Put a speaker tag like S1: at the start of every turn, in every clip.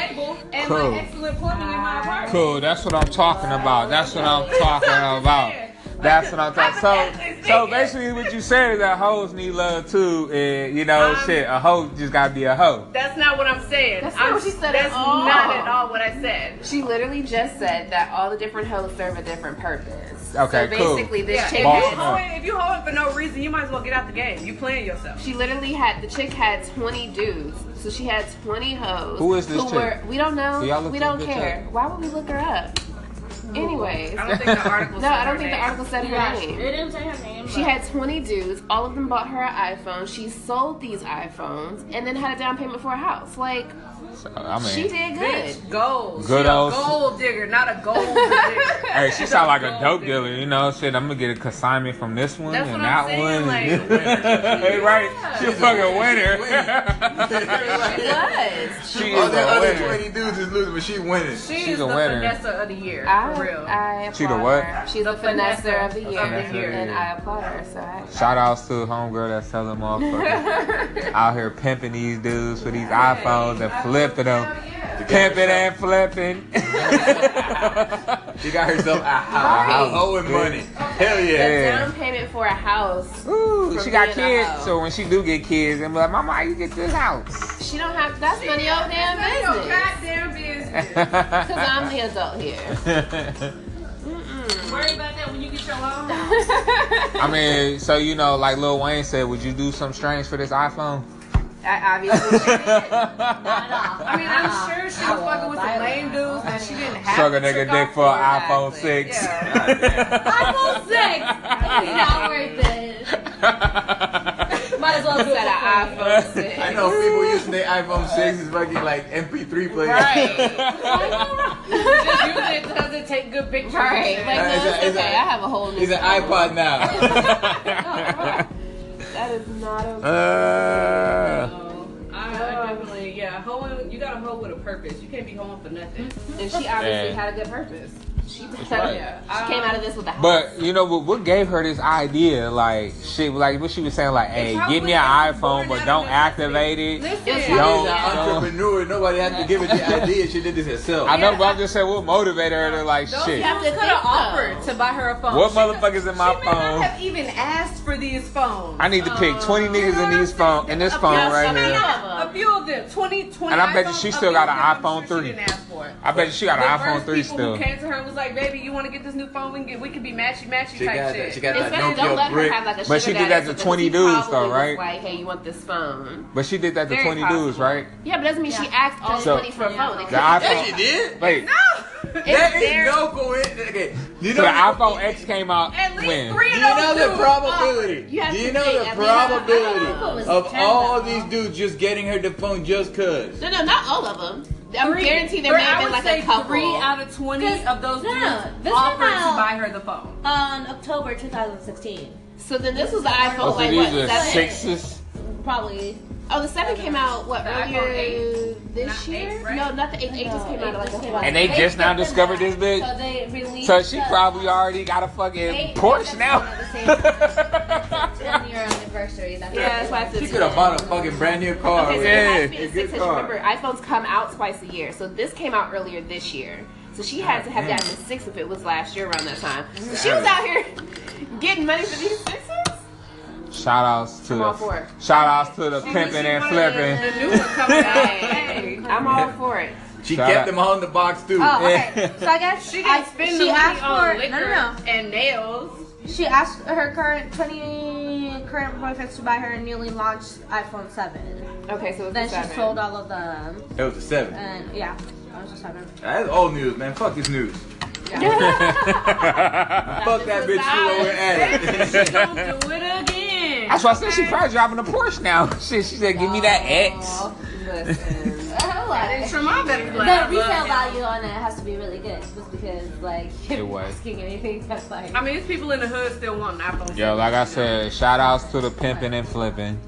S1: had
S2: Cool.
S1: like excellent plumbing in my apartment.
S2: Cool. That's what I'm talking about. That's what I'm talking about. That's what I'm talking. So, so basically, what you saying is that hoes need love too, and you know,
S3: Um,
S2: shit, a hoe just gotta be a hoe.
S3: That's not what I'm saying.
S4: That's not
S3: I'm-
S4: what she said at
S3: That's
S4: all.
S3: not at all what I said.
S4: She literally just said that all the different hoes serve a different purpose.
S2: Okay,
S4: so
S2: cool.
S4: basically this
S3: Yeah, if
S4: chick
S3: you
S2: Boss.
S4: had,
S3: hoeing, if you hoeing for no reason, you might as well get out the game. You playing yourself.
S4: she literally had the chick had 20 dudes. So she had 20 hoes.
S2: Who is this chick?
S4: Were, we don't know.
S2: Do y'all look
S4: we
S2: this
S4: don't
S2: bitch
S4: care. Why would we look her up? Anyways.
S3: I don't think the article.
S4: No,
S3: said
S4: I don't
S3: her
S4: think the
S3: name.
S4: article said her
S1: Yeah,
S4: name.
S1: It didn't say her name.
S4: She had 20 dudes. All of them bought her an iPhone. She sold these iPhones and then had a down payment for a house. Like,
S2: So, I mean,
S4: she did good.
S3: Bitch, gold.
S2: Good
S3: she
S2: old-
S3: a gold digger, not a gold digger.
S2: Hey, she sound like a dope
S3: Gold
S2: dealer, you know. Shit, I'm gonna get a consignment from this one
S3: That's
S2: and
S3: what
S2: that
S3: I'm saying,
S2: one.
S3: like,
S2: Hey, right?
S1: Yeah.
S2: She a fucking winner.
S4: It was.
S2: she
S5: All
S2: is
S5: the
S2: a
S5: other
S2: winner.
S5: 20 dudes is losing, but she winning.
S3: She's,
S2: She's a
S3: the
S2: winner.
S3: Vanessa of the year,
S4: I,
S3: for real.
S4: I
S2: She the
S4: applaud
S2: what?
S4: her. She's
S3: The
S4: the finesser
S3: finesser
S4: of the
S3: of
S4: year,
S3: the
S2: year.
S4: and I applaud her. So I,
S2: Shout outs to homegirl that's selling motherfuckers out here pimping these dudes for these iPhones and flipping them. Pimping and flipping.
S5: She got herself a
S2: Right.
S5: house. Owing money. Hell yeah.
S2: yeah.
S4: down payment for a house.
S2: Ooh,
S4: From
S2: she got
S4: being a hoe.
S2: kids, so when she do get kids, I'm like, Mama, how you get this house?
S4: She don't have. That's none of your damn
S3: That's your
S4: business.
S3: goddamn business.
S4: Cause I'm the adult here.
S1: Worry about that when you get your own.
S2: I mean, so you know, like Lil Wayne said, would you do something strange for this iPhone?
S4: I obviously.
S3: I mean, I'm sure she was fucking with some lame dudes that she didn't have.
S2: Suck a
S3: to
S2: nigga
S3: trick
S2: dick
S3: off
S2: for an iPhone
S4: Exactly.
S2: six.
S1: iPhone 6! It's not worth it. Might as well do
S4: Said
S1: that.
S4: an iPhone six.
S5: I know people using their iPhone 6 is fucking like MP3 players.
S3: Just use it because it take good pictures.
S4: Right. Like, no,
S5: Is
S4: it's
S5: that-
S4: okay.
S5: is that-
S4: I have a whole new.
S5: It's an iPod now.
S4: That is not a.
S2: Uh,
S3: So, I, I definitely, yeah, hoeing, you gotta hoe with a purpose. You can't be hoeing for nothing.
S4: And she
S3: Mm-hmm.
S4: obviously had a good purpose. She,
S2: right.
S4: she came out of this with a house.
S2: but you know what? What gave her this idea? Like shit, like what she was saying, like, hey,
S3: probably
S2: get me an
S3: was
S2: iPhone,
S3: born
S2: but
S3: out
S2: don't
S3: of
S2: activate it.
S3: Listen,
S4: It's probably-
S5: She's an
S2: Yeah.
S5: entrepreneur. Nobody had to give her the idea. She did this herself.
S2: I know, but I'm just saying, what motivated her to like
S3: those
S2: shit?
S4: have
S3: have
S4: to
S3: could
S4: think,
S3: have
S4: though.
S3: offered to buy her a phone.
S2: What
S3: She could-
S2: motherfuckers in my
S3: She may
S2: phone?
S3: not have even asked for these phones.
S2: I need to pick
S3: Oh,
S2: 20 niggas in these phone, in this
S3: A
S2: phone
S3: few-
S2: right
S3: some of
S2: here.
S3: them. A few of them, 20, 20
S2: And I bet you
S3: iPhones,
S2: she
S3: a
S2: still
S3: few
S2: got
S3: of
S2: an
S3: them,
S2: iPhone
S3: I'm sure
S2: 3.
S3: She didn't ask for it.
S2: I bet she got
S3: the
S2: an iPhone
S3: first
S2: three
S3: people
S2: still.
S3: who came to her was like, "Baby, you want to get this new phone? We can get, we could be matchy matchy
S5: She
S3: type
S5: got
S3: shit."
S5: that. She got that
S4: Especially don't
S5: Nokia
S4: let her
S5: brick.
S4: have like a
S2: But she
S4: sugar
S2: did
S4: daddy
S2: that to
S4: because
S2: 20
S4: he
S2: dudes,
S4: probably
S2: though,
S4: was
S2: right?
S4: Like, hey, you want this phone?
S2: But she did that to
S4: Very
S2: 20
S4: possible.
S2: dudes, right?
S4: Yeah, but doesn't mean she
S1: Yeah.
S4: asked all
S2: So-
S4: the money for a phone. It
S1: The
S4: could-
S5: Yeah, she
S2: iPhone.
S5: did.
S2: Wait,
S3: no.
S5: That
S4: It's there.
S5: is no coincidence. Okay. You
S2: so
S5: know
S2: the iPhone X came out
S3: At least
S2: when?
S3: three
S5: Do
S3: of
S5: you
S3: those
S5: know the
S3: dudes
S5: probability?
S4: You have
S5: Do you
S4: to
S5: know
S4: think,
S5: the
S4: I mean, I don't know. What
S5: probability
S4: was
S5: of
S1: ten
S5: all
S1: about?
S5: these dudes just getting her the phone just cause?
S4: No, no, not all of them. I'm
S3: Three.
S4: guaranteed there
S3: Three-
S4: may have
S3: I
S4: been
S3: would
S4: like
S3: say
S4: a couple.
S3: Three out of twenty
S1: 'Cause-
S3: of those
S1: no,
S3: dudes
S1: this
S3: offered
S1: came
S3: to
S1: out-
S3: buy her the phone.
S1: On October 2016.
S4: so then this was the iPhone
S2: Oh, so
S4: like
S2: these
S4: what?
S2: are
S4: Seven?
S2: sixes?
S1: Probably.
S4: Oh, the seven came out what
S3: The iPhone
S4: earlier
S3: eight.
S4: this
S3: Not
S4: year?
S3: eight, right?
S4: No, not the eight. Eight just came out like a while.
S2: And they just now discovered this bitch?
S1: So they released.
S2: So she
S1: the-
S2: probably already got a
S1: They-
S2: fucking
S1: they
S2: Porsche
S1: just
S2: now.
S1: came out the same 10 year anniversary. That's
S4: Yeah, that's why I said
S5: She
S4: two.
S5: could have bought a fucking brand new car.
S4: Okay, so
S2: Yeah,
S4: it has to be
S5: a
S4: the
S5: good
S4: six. Because
S5: car.
S4: remember, iPhones come out twice a year. So this came out earlier this year. So she had to have gotten the six if it was last year around that time. So she was out here getting money for these sixes.
S2: Shout outs to
S4: I'm all for
S2: the
S4: it.
S2: shout outs to the pimping and flipping.
S3: The new one coming out.
S4: Hey, I'm all for it.
S5: She
S2: Shout
S5: kept
S2: out.
S5: them all in the box too.
S6: Oh,
S2: Yeah.
S6: okay. So I guess
S3: She
S6: I-
S3: didn't spend
S6: she
S3: the money
S6: asked
S3: on
S6: for,
S3: liquor
S6: No, no, no.
S3: and nails.
S6: She asked her current twenty current boyfriends to buy her a newly launched iPhone seven.
S4: Okay, so it's
S6: Then
S4: a seven.
S6: she sold all of them,
S5: It was a seven.
S6: and yeah, I was just having.
S5: That's old news, man. Fuck this news. Fuck that bitch too while we're at it.
S3: She gonna do it again.
S2: That's why I said she probably driving a Porsche now. Shit, she said, give me that X.
S4: Listen.
S6: Oh,
S3: And Tremont better be like, I
S6: The
S3: love
S6: resale
S3: him.
S6: value on it has to be really good, just because like
S2: It was.
S6: asking anything that's like.
S3: I mean, these people in the hood still want an iPhone.
S2: Yo, like I said, shout outs to the pimping and flipping.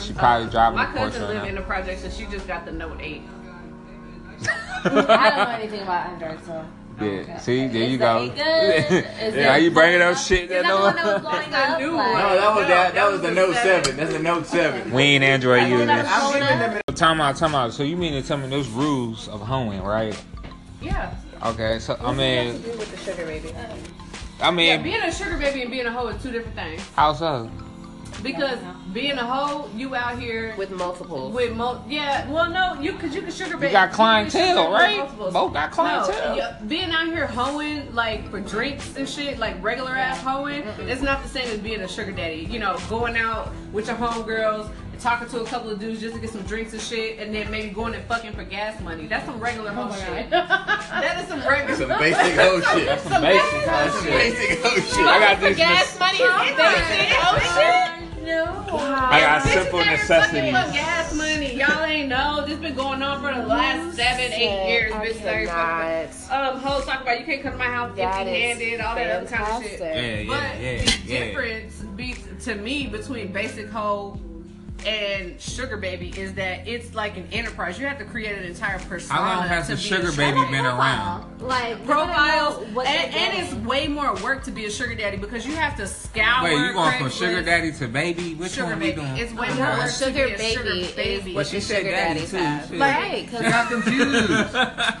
S2: She probably driving
S3: My
S2: a Porsche
S3: cousin live
S2: right
S3: in the projects, and she just got the Note 8.
S6: I don't know
S2: now.
S6: anything about Android, so
S2: Yeah. See, there you
S1: It's
S2: go.
S1: ain't good. It's
S2: now you
S1: ain't
S2: bringing up
S1: good.
S2: shit that
S6: Is that the one that was
S2: no.
S6: blowing
S3: That
S6: up?
S3: new
S6: Like-
S3: one.
S5: No, that was
S3: No,
S5: that. That was the
S3: that
S5: Note
S3: was the seven.
S5: Seven. That's the Note Seven.
S2: We ain't Android
S6: thought that
S2: users.
S6: was-
S5: I don't even remember.
S2: Time out, time out. So you mean to tell me there's rules of hoeing, right?
S3: Yeah.
S2: Okay, so I
S4: What
S2: mean,
S4: does that have to do with the sugar baby?
S2: I
S3: Yeah,
S2: mean,
S3: being a sugar baby and being a hoe is two different things.
S2: how so?
S3: Because being a hoe, you out here with,
S4: With multiple.
S3: mo- yeah. Well, no, you because you can sugar baby.
S2: You got
S3: can
S2: clientele,
S3: sugar with
S2: right?
S3: multiples.
S2: Both got
S3: No,
S2: clientele.
S3: yeah, being out here hoeing like for drinks and shit, like regular ass hoeing, it's not the same as being a sugar daddy. You know, going out with your homegirls and talking to a couple of dudes just to get some drinks and shit, and then maybe going and fucking for gas money. That's some regular hoe shit. that is some regular.
S5: Some basic hoe shit. That's
S3: some
S2: basic
S3: basic
S2: hoe
S3: hoe
S5: some
S3: shit.
S5: basic hoe shit.
S2: I got this.
S4: Gas money is basic. Oh
S2: I got simple necessities.
S3: Fuck gas money. Y'all ain't know. This been going on for the last seven, eight years. Bitch,
S4: shit.
S3: started fucking- Um, hoes talk about you can't come to my house empty
S4: That is
S3: handed, all that other kind of shit.
S4: fantastic.
S2: Yeah, yeah,
S3: But
S2: yeah,
S3: the
S2: yeah.
S3: difference be, to me between basic hoe and sugar baby is that it's like an enterprise. You have to create an entire persona.
S2: How long has
S3: to
S2: the
S3: be a
S2: sugar baby been around?
S1: Like you wanna know
S3: Profiles
S1: what
S3: and,
S1: they're
S3: and it's
S1: getting.
S3: way more work to be a sugar daddy because you have to scour.
S2: Wait, you going from
S3: Craigslist.
S2: sugar daddy to baby? Which
S3: Sugar
S2: one we
S3: baby.
S2: doing?
S3: It's way
S1: No,
S3: more work to be
S4: sugar
S3: a
S4: baby
S3: sugar
S4: is
S3: baby.
S4: what
S2: she
S4: the
S2: said
S4: sugar
S2: daddy
S4: daddies
S2: too,
S4: have.
S2: shit.
S4: Right,
S2: I got
S4: because
S2: confused.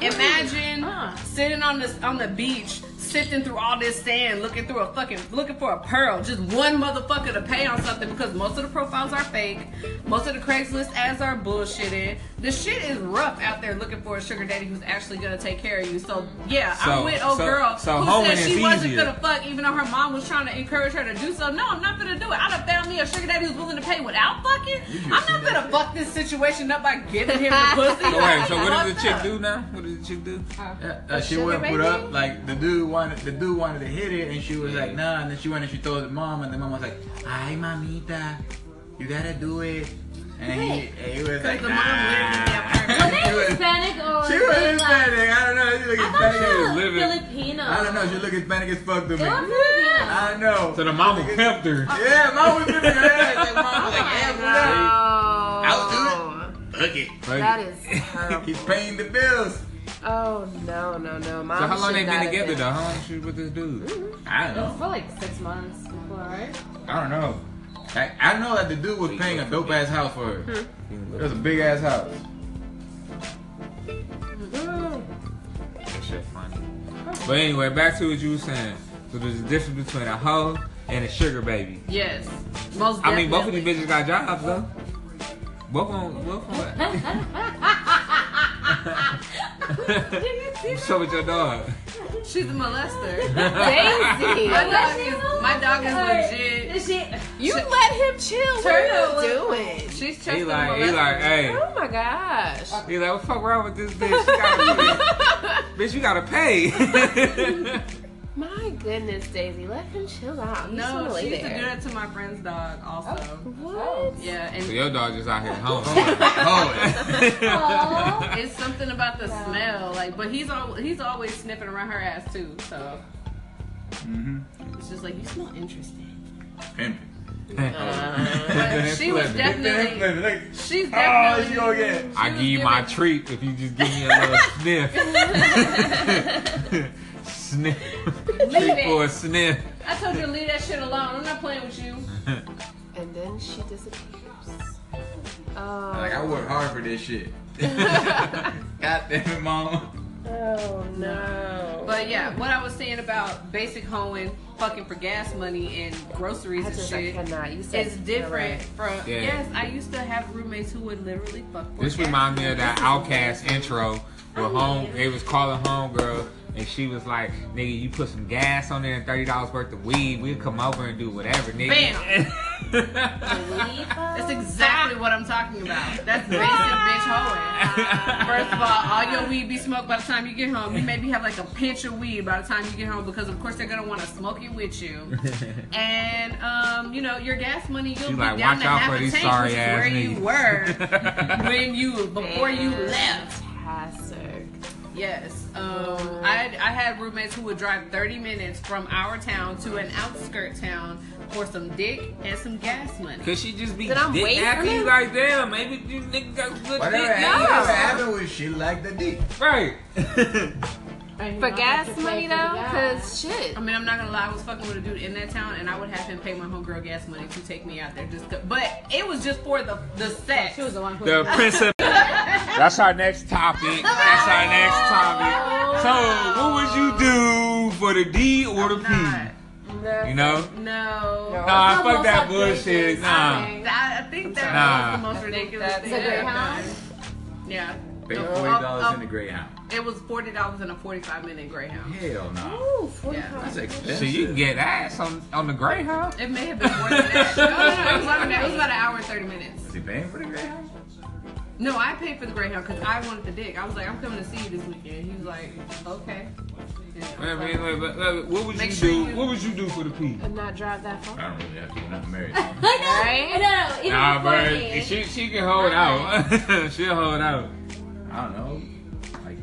S3: Imagine sitting on this on the beach, sifting through all this sand, looking through a fucking looking for a pearl, just one motherfucker to pay on something because most of the profiles are fake, most of the Craigslist ads are bullshitted. The shit is rough out there looking for a sugar daddy who's actually gonna take care of you. So yeah,
S2: So-
S3: I'm with old
S2: so-
S3: girl
S2: so
S3: who
S2: homing
S3: said she
S2: is
S3: wasn't
S2: easier.
S3: gonna fuck even though her mom was trying to encourage her to do so. No, I'm not gonna do it. I'd have found me a sugar daddy who's willing to pay without fucking. I'm not gonna fuck this situation up by giving him the pussy.
S2: So wait, so what does the
S3: Fucked
S2: chick
S3: up.
S2: do now? What does the chick do?
S5: Yeah, uh, she went and put up like the dude wanted the dude wanted to hit it and she was like nah and then she went and she told the mom and the mom was like ay mamita you gotta do it and he, and he was like
S3: the
S5: nah.
S3: mom lived in that
S1: Were they
S5: She was-
S1: Hispanic or
S5: she
S1: were
S5: was
S1: they, like-
S5: Hispanic I don't know she looked
S1: I thought
S5: Hispanic
S1: she
S5: as-
S1: was
S2: living-
S1: Filipino.
S5: I don't know she looked Hispanic as fuck
S1: They
S5: to
S1: were
S5: me
S1: Filipino.
S5: I know
S2: So the mama pimped her.
S5: yeah mom was in her ass like mom was like yeah
S3: Oh.
S5: whatever.
S4: I'll do
S5: Look it
S4: Oh, That is terrible.
S5: he's paying the bills
S4: Oh no, no, no. Mom
S2: So how long
S4: should
S2: they
S4: not
S2: been
S4: have
S2: together though? How long she with this dude?
S5: I don't know
S1: For like six months before, right?
S5: I don't know I, I know that the dude was paying a dope ass house for her it was a big ass house
S2: That shit funny. But anyway, back to what you were saying. So there's a difference between a hoe and a sugar baby.
S3: Yes. Most
S2: I mean, both of
S3: definitely.
S2: these bitches got jobs though. Both on, both on. What's up with your dog?
S3: She's a molester.
S4: Daisy,
S3: My dog
S1: She's a
S3: is, my dog is legit.
S1: This shit.
S4: you let him chill. What
S3: Turtle.
S4: are you doing?
S3: She's just
S2: He
S3: a
S2: like,
S3: molester.
S2: he like, hey.
S4: Oh my gosh.
S2: He like, what the fuck wrong with this bitch? You gotta pay. bitch, you gotta pay.
S4: My goodness, Daisy, let him chill out. He's
S3: no,
S4: really
S3: she used to do
S4: there.
S3: that to my friend's dog also.
S4: Oh. What?
S3: Yeah,
S2: so
S3: and
S2: your dog just out here
S5: oh
S2: home.
S3: it's something about the smell, like, but he's al- he's always sniffing around her ass too. So
S5: Mm-hmm.
S3: it's just like you smell interesting.
S5: pimping
S3: But she was definitely, she's
S5: Oh,
S3: definitely.
S5: she gonna get.
S2: I
S3: was
S2: give you my
S3: giving-
S2: treat if you just give me a little sniff. sniff. Treat
S3: it.
S2: for a sniff.
S3: I told you to leave that shit alone. I'm not playing with you.
S4: And then she disappears.
S5: Like I
S4: Oh,
S5: worked hard for this shit. God damn it, mom.
S4: oh no.
S3: But yeah, what I was saying about basic hoeing, fucking for gas money and groceries
S4: I
S3: and
S4: just I
S3: shit.
S4: cannot. You said
S3: It's different from
S2: Yeah.
S3: yes. I used to have roommates who would literally fuck. for
S2: This
S3: gas.
S2: reminds me of that Outcast intro where home they was calling home girl and she was like, "Nigga, you put some gas on there and thirty dollars worth of weed. We'll come over and do whatever, nigga."
S3: That's exactly what I'm talking about. That's basic bitch hoeing. First of all, all your weed be smoked by the time you get home. You maybe have like a pinch of weed by the time you get home because of course they're gonna want to smoke it with you. And um, you know your gas money you'll
S2: She
S3: be
S2: like,
S3: down
S2: "Watch
S3: to
S2: out
S3: half
S2: for
S3: a
S2: these
S3: tank,
S2: sorry
S3: which is
S2: ass
S3: where you were
S2: niggas."
S3: when you before you left.
S4: Fantastic.
S3: Yes. Um, I, I had roommates who would drive 30 minutes from our town to an outskirt town for some dick and some gas money.
S2: Could she just be
S4: Then I'm
S2: dick
S4: waiting for
S2: happy?
S4: him.
S2: Like, damn, maybe you niggas got good dick.
S5: Whatever
S2: nigga.
S5: happened, whatever happened was she like the dick.
S2: Right.
S4: For gas money though, because shit.
S3: I mean, I'm not gonna lie, I was fucking with a dude in that town, and I would have him pay my homegirl gas money to take me out there. Just, to, but it was just for the the sex.
S1: She was the one who.
S2: The principal. That's our next topic. That's our next topic. So, what would you do for the D or the P? You know?
S3: No.
S2: Nah,
S1: Almost
S2: Ah, fuck
S1: updated.
S2: that bullshit. Nah.
S3: That, I think that
S2: Nah.
S3: was the most ridiculous thing.
S1: a
S3: I've
S1: Greyhound?
S3: done. Yeah.
S5: Pay
S3: Up-
S5: forty dollars
S3: up-
S5: in the Greyhound.
S3: It was forty dollars in a forty-five minute Greyhound.
S5: Hell no.
S6: Ooh,
S3: Yeah.
S5: That's expensive.
S2: So you can get ass on, on the Greyhound.
S3: It may have been more than that. No, no, no, it was, longer than that. It was about an hour and thirty minutes.
S5: Was he paying for the Greyhound?
S3: No, I paid for the Greyhound because I wanted the dick. I was like, I'm coming to see you this weekend. He was like, okay. And I
S2: I
S3: was
S2: mean,
S3: like,
S2: like, like, like, What would you
S3: Make sure
S2: do?
S3: you-
S2: What would you do for the P?
S4: But not drive that far.
S5: I don't really have to. I'm not married.
S1: No, no, even
S2: Nah,
S1: beforehand.
S2: bro. She she can hold out. She'll hold out.
S5: I don't know. Like,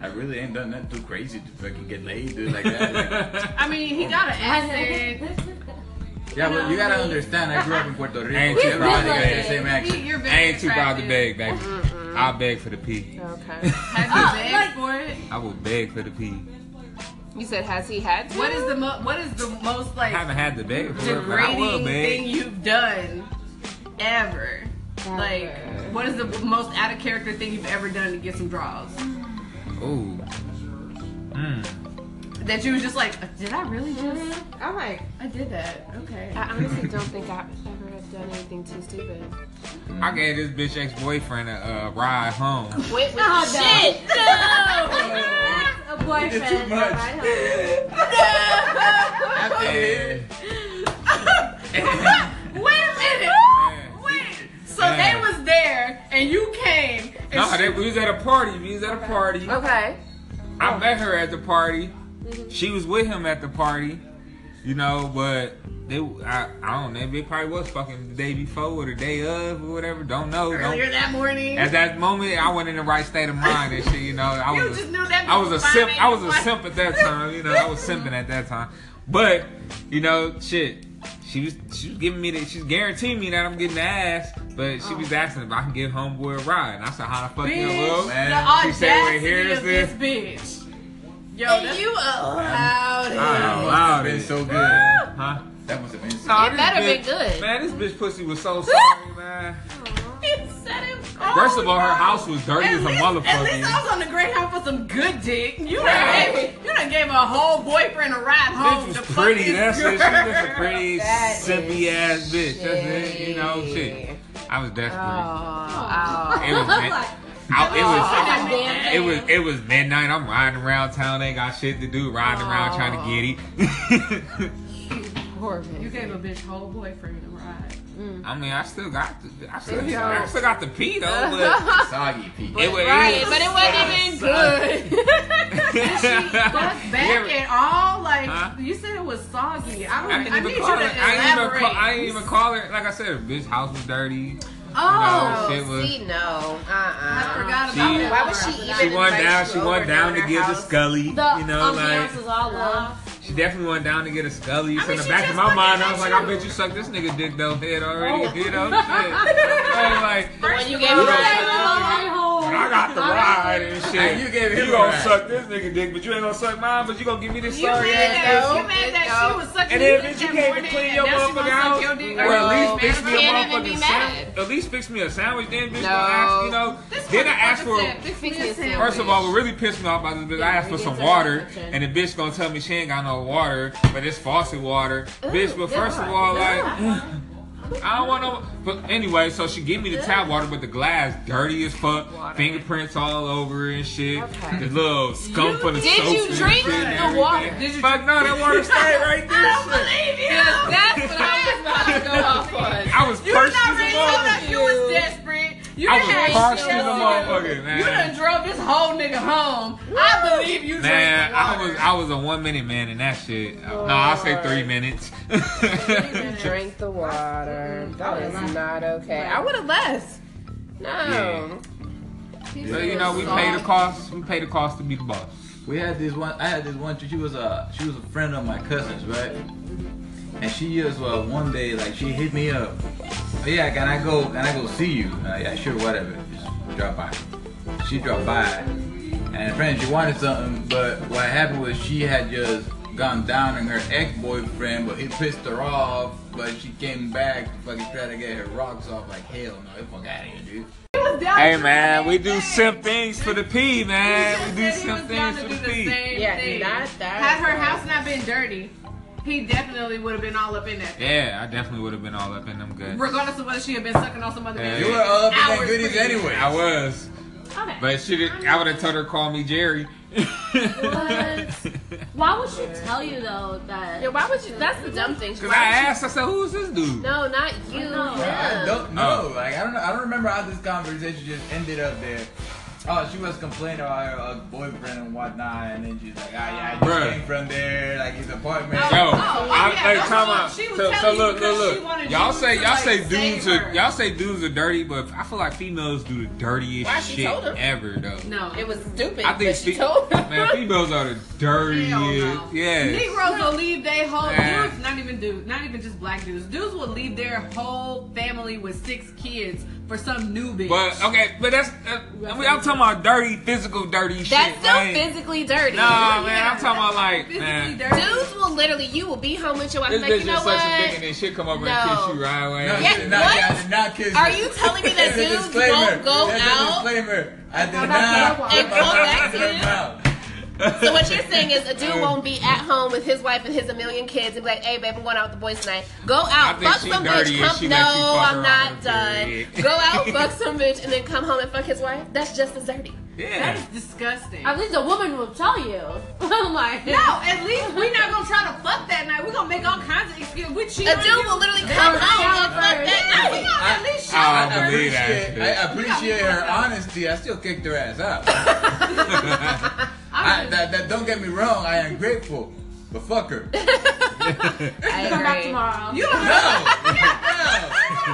S5: I really ain't done nothing too crazy to fucking get laid, dude, like that. Like,
S3: I mean, he got an accent.
S5: yeah, but you gotta understand, I grew up in Puerto Rico.
S2: Ain't too proud to
S5: Everybody got the
S2: beg.
S5: same accent.
S3: He- You're
S2: I ain't too proud to
S3: attractive.
S2: beg, baby. I'll beg for the P.
S4: Okay.
S2: Oh,
S3: Have you begged for it?
S2: I will beg for the P.
S4: You said has he had to?
S3: What is the mo- what is the most
S2: I
S3: like
S2: haven't had the beg for it, but I will
S3: degrading thing
S2: beg.
S3: you've done ever? Like, what is the most out of character thing you've ever done to get some draws?
S2: Ooh. Mm.
S3: That you was just like, uh, did I really just?
S6: I'm like,
S3: Mm-hmm. I did that. Okay.
S4: I honestly don't think I've ever have done anything too stupid.
S2: I gave this bitch ex-boyfriend a uh, ride home.
S4: Wait, wait.
S1: Oh, no. Shit.
S6: a boyfriend.
S5: It's too much.
S2: And-
S3: Wait a minute. Wait. So
S2: Yeah.
S3: they was there and you came. And
S2: no,
S3: she-
S2: they, we was at a party. We was at a party.
S4: Okay. Mm-hmm.
S2: I met her at the party. She was with him at the party. You know, but they, I, I don't know. They probably was fucking the day before or the day of or whatever. Don't know. Don't,
S3: earlier that morning.
S2: At that moment, I wasn't in the right state of mind and shit. You know, I
S3: You
S2: was
S3: just
S2: a,
S3: knew that
S2: I was a
S3: bitch was
S2: simp. I was a
S3: fine.
S2: simp at that time. You know, I was simping at that time. But you know, shit. She was she was giving me that. She's guaranteeing me that I'm getting the ass. But she was asking if I can give homeboy a ride, and I said, "How the fuck you
S3: Oh. Bitch,
S2: will?"
S5: Man,
S3: the
S2: she said, "Wait,
S3: audacity
S2: here's
S3: of this bitch. Yo, that's, you
S2: Um,
S3: allowed
S2: Oh, wow, this
S5: It's been
S2: so
S5: so good.
S2: huh?
S5: That must have been so
S2: Nah,
S4: It
S2: this
S4: better be
S2: bitch-
S4: good.
S2: Man, this bitch pussy was so sorry, man. First of all, her house was dirty
S3: Oh At
S2: as a
S3: least, at least I
S2: motherfucker.
S3: was on the Greyhound for some good dick. You
S2: Right.
S3: done gave, you done gave a whole boyfriend a ride
S2: Bitch
S3: home.
S2: was
S3: to fuck
S2: pretty.
S3: this
S2: That's it. She was just a
S3: Oh, girl.
S2: pretty
S4: That
S2: simpy ass bitch. That's it. You know,
S4: shit.
S2: shit. I was desperate.
S4: Oh, oh.
S2: It was, mid- I,
S4: Oh, damn
S2: it was, it was, it was midnight. I'm riding around town. Ain't got shit to do. Riding around trying to get it.
S3: You
S4: Corbin.
S3: gave a bitch whole boyfriend a ride.
S2: I mean, I still got, the, I still, I still got the pee though. But
S5: soggy, Pete.
S2: it was,
S4: Right,
S2: it was
S4: but it wasn't even good.
S3: That's
S2: You
S3: back
S2: ever-
S3: at all. Like
S2: Huh?
S3: you said, it was soggy. I don't.
S2: I
S3: I,
S2: didn't
S3: need
S2: even
S3: you
S2: call
S3: to
S2: her. I didn't even
S3: elaborate.
S2: call, I didn't even call her. Like I said, her bitch house was dirty.
S3: oh,
S2: you know, shit was.
S4: See, no. Uh uh
S3: I forgot
S2: She-
S3: about that.
S4: Why would she even
S2: She went
S4: invite
S2: down.
S4: you
S2: She
S4: over
S2: went down to
S4: her
S2: get the
S4: house?
S2: Scully.
S1: The
S2: you know, like
S1: ambiance was all off.
S2: she definitely went down to get a Scully. so
S3: mean,
S2: in the
S3: she
S2: back of
S3: just
S2: my
S3: fucking
S2: mind, I was
S3: met
S2: like, I bet you suck this nigga dick though head already.
S3: Oh.
S2: You know, shit. I was like,
S4: When you gave her
S2: when I got the ride and shit.
S5: And you gave him
S2: you
S5: a
S2: gonna
S5: ride.
S2: suck this nigga dick, but you ain't gonna suck mine. But you gonna give me this
S3: You
S2: sorry
S3: mad
S2: ass.
S3: that, you
S4: though.
S3: mad that
S4: Yo.
S3: she was sucking
S2: And
S3: your
S2: then
S3: dick
S2: bitch, you
S3: that
S2: can't even
S3: morning,
S2: clean
S3: and
S2: your
S3: now she gonna suck
S2: motherfucking house.
S3: your dick.
S2: Or at
S4: Oh,
S2: least fix me a
S4: can't even be
S2: motherfucking
S4: mad.
S2: sandwich. At least fix me a sandwich, then bitch.
S4: No.
S2: Don't ask, you know.
S3: This
S2: Then I
S3: motherfucker
S2: asked for.
S3: said, "Fix me a
S4: Fix me a
S3: sandwich."
S2: First of all, what really pissed me off about this bitch, I asked for some water, and the bitch gonna tell me she ain't got no water, but it's faucet water. bitch, but first of all, like, I don't want no. But anyway, so she gave me the tap water, but the glass dirty as fuck, fingerprints all over and shit.
S4: Okay.
S2: The little scum for the
S4: Did
S2: soap
S4: you
S2: and
S4: drink
S2: shit and
S4: the
S2: everything.
S4: water?
S3: Did you
S2: Fuck no, that water stayed right there. shit.
S4: That's what I was about to go off on.
S2: I was
S3: You was
S2: parched
S3: not
S2: as
S3: ready.
S2: a
S3: You was-
S2: motherfucker.
S3: You was desperate. You
S2: I
S3: done
S2: was
S3: had
S2: parched
S3: shit
S2: as a
S3: on you.
S2: motherfucker,
S3: You done
S2: man.
S3: drove this whole nigga home. I believe you drank
S2: Man,
S3: the
S2: I
S3: water.
S2: was I was a one minute man in that shit. No, I say three minutes.
S4: Drink the water. That is not okay. I would have left. No.
S2: So you know, we pay the cost. We pay the cost to be the boss.
S5: We had this one. I had this one. She was a she was a friend of my cousin's, right? And she just uh, one day like she hit me up. Oh, Yeah, can I go? Can I go see you? And I, yeah, sure, whatever. Just drop by. She dropped by, and And apparently she wanted something, but what happened was she had just gone down on her ex-boyfriend, but he pissed her off. But she came back to fucking try to get her rocks off. Like hell no, get the fuck out of here, dude.
S2: Hey man, we do simp things for the P, man. We do simp things for the P.
S4: Yeah,
S3: thing.
S4: not that.
S3: Had her house not been dirty, he definitely would have been all up in that.
S2: Yeah, I definitely would have been all up in them good.
S3: Regardless of whether she had been sucking on some other man.
S2: Yeah.
S5: You were up in that
S3: Hours
S5: goodies
S3: free.
S5: anyway.
S2: I was, but she did. I would have told her call me Jerry. Cause
S1: Why would she tell you though that?
S4: Yeah, why would you? That's the dumb thing.
S2: I asked, I said, "Who's this dude?"
S4: No, not you.
S1: No.
S5: I
S4: him.
S5: don't
S2: Oh.
S5: know. Like I don't know. I don't remember how this conversation just ended up there. Oh, she was complaining about her uh, boyfriend and whatnot, and then she's like, "Ah, yeah, I just
S2: Bruh.
S5: came from there, like his apartment."
S2: Yo,
S3: Oh,
S2: I,
S3: yeah,
S2: hey,
S3: that's
S2: time
S3: what
S2: out.
S3: she was
S2: So, so
S3: telling you
S2: look,
S3: because
S2: look,
S3: she wanted
S2: look. Y'all
S3: you
S2: say
S3: to,
S2: y'all
S3: like,
S2: say
S3: save
S2: dudes
S3: her.
S2: are y'all say dudes are dirty, but I feel like females do the dirtiest
S4: Why she
S2: shit
S4: told her?
S2: ever though.
S3: No.
S4: It was stupid.
S2: I think
S4: but she
S2: fe-
S4: told him.
S2: man, females are the dirtiest.
S3: Hell no.
S2: Yeah.
S3: Negroes will leave their whole
S2: Man.
S3: dudes, not even dudes, not even just black dudes. Dudes will leave their whole family with six kids for some new bitch.
S2: But okay, but that's uh, we. I'm talking about dirty, physical, dirty shit.
S4: That's still
S2: right?
S4: physically dirty.
S2: Nah, man,
S3: Yeah,
S2: I'm talking about like
S3: physically
S2: man.
S3: dirty.
S4: Dudes will literally, you will be home with your wife.
S2: This
S4: like,
S2: bitch
S4: you know
S2: just sucks some dick
S4: what?
S2: and then shit come over and
S4: No.
S2: kiss you right away.
S5: No,
S4: Yeah,
S5: she did not,
S4: what?
S5: I did not kiss
S4: Are
S5: her.
S4: you telling me that
S5: There's a
S4: dudes
S5: disclaimer.
S4: won't go
S5: There's
S4: out?
S5: A disclaimer. I did
S6: I'm
S5: not
S6: not gonna
S5: put my
S4: walk.
S5: mouth
S4: And
S5: in
S4: go
S5: her
S4: back to-
S5: mouth.
S4: So what you're saying is a dude won't be at home with his wife and his a million kids and be like, "Hey, babe, I'm going out with the boys tonight. Go
S2: I
S4: out,
S2: think
S4: fuck
S2: she
S4: some
S2: dirty
S4: bitch.
S2: and
S4: Come,
S2: she
S4: no,
S2: let you fuck her on
S4: I'm
S2: her
S4: not done.
S2: period."
S4: Go out, fuck some bitch, and then come home and fuck his wife. That's just as dirty.
S3: that
S2: Yeah.
S3: is disgusting.
S1: At least a woman will tell you. I'm like,
S3: no, at least we're not gonna try to fuck that night. We're gonna make all kinds of excuses. We cheat
S4: A
S3: on
S4: dude
S3: you.
S4: will literally come
S1: That's
S4: home and
S1: how
S4: fuck
S1: it
S4: that
S3: We
S4: night.
S3: gonna at least show
S2: I
S3: her.
S2: believe that
S5: Appreciate- I
S2: shit.
S5: appreciate her honesty. I still kicked her ass out. I, that, that, don't get me wrong. I am grateful, but fuck her. No,
S4: I
S6: Come back
S4: agree.
S6: tomorrow.
S3: You don't
S5: no.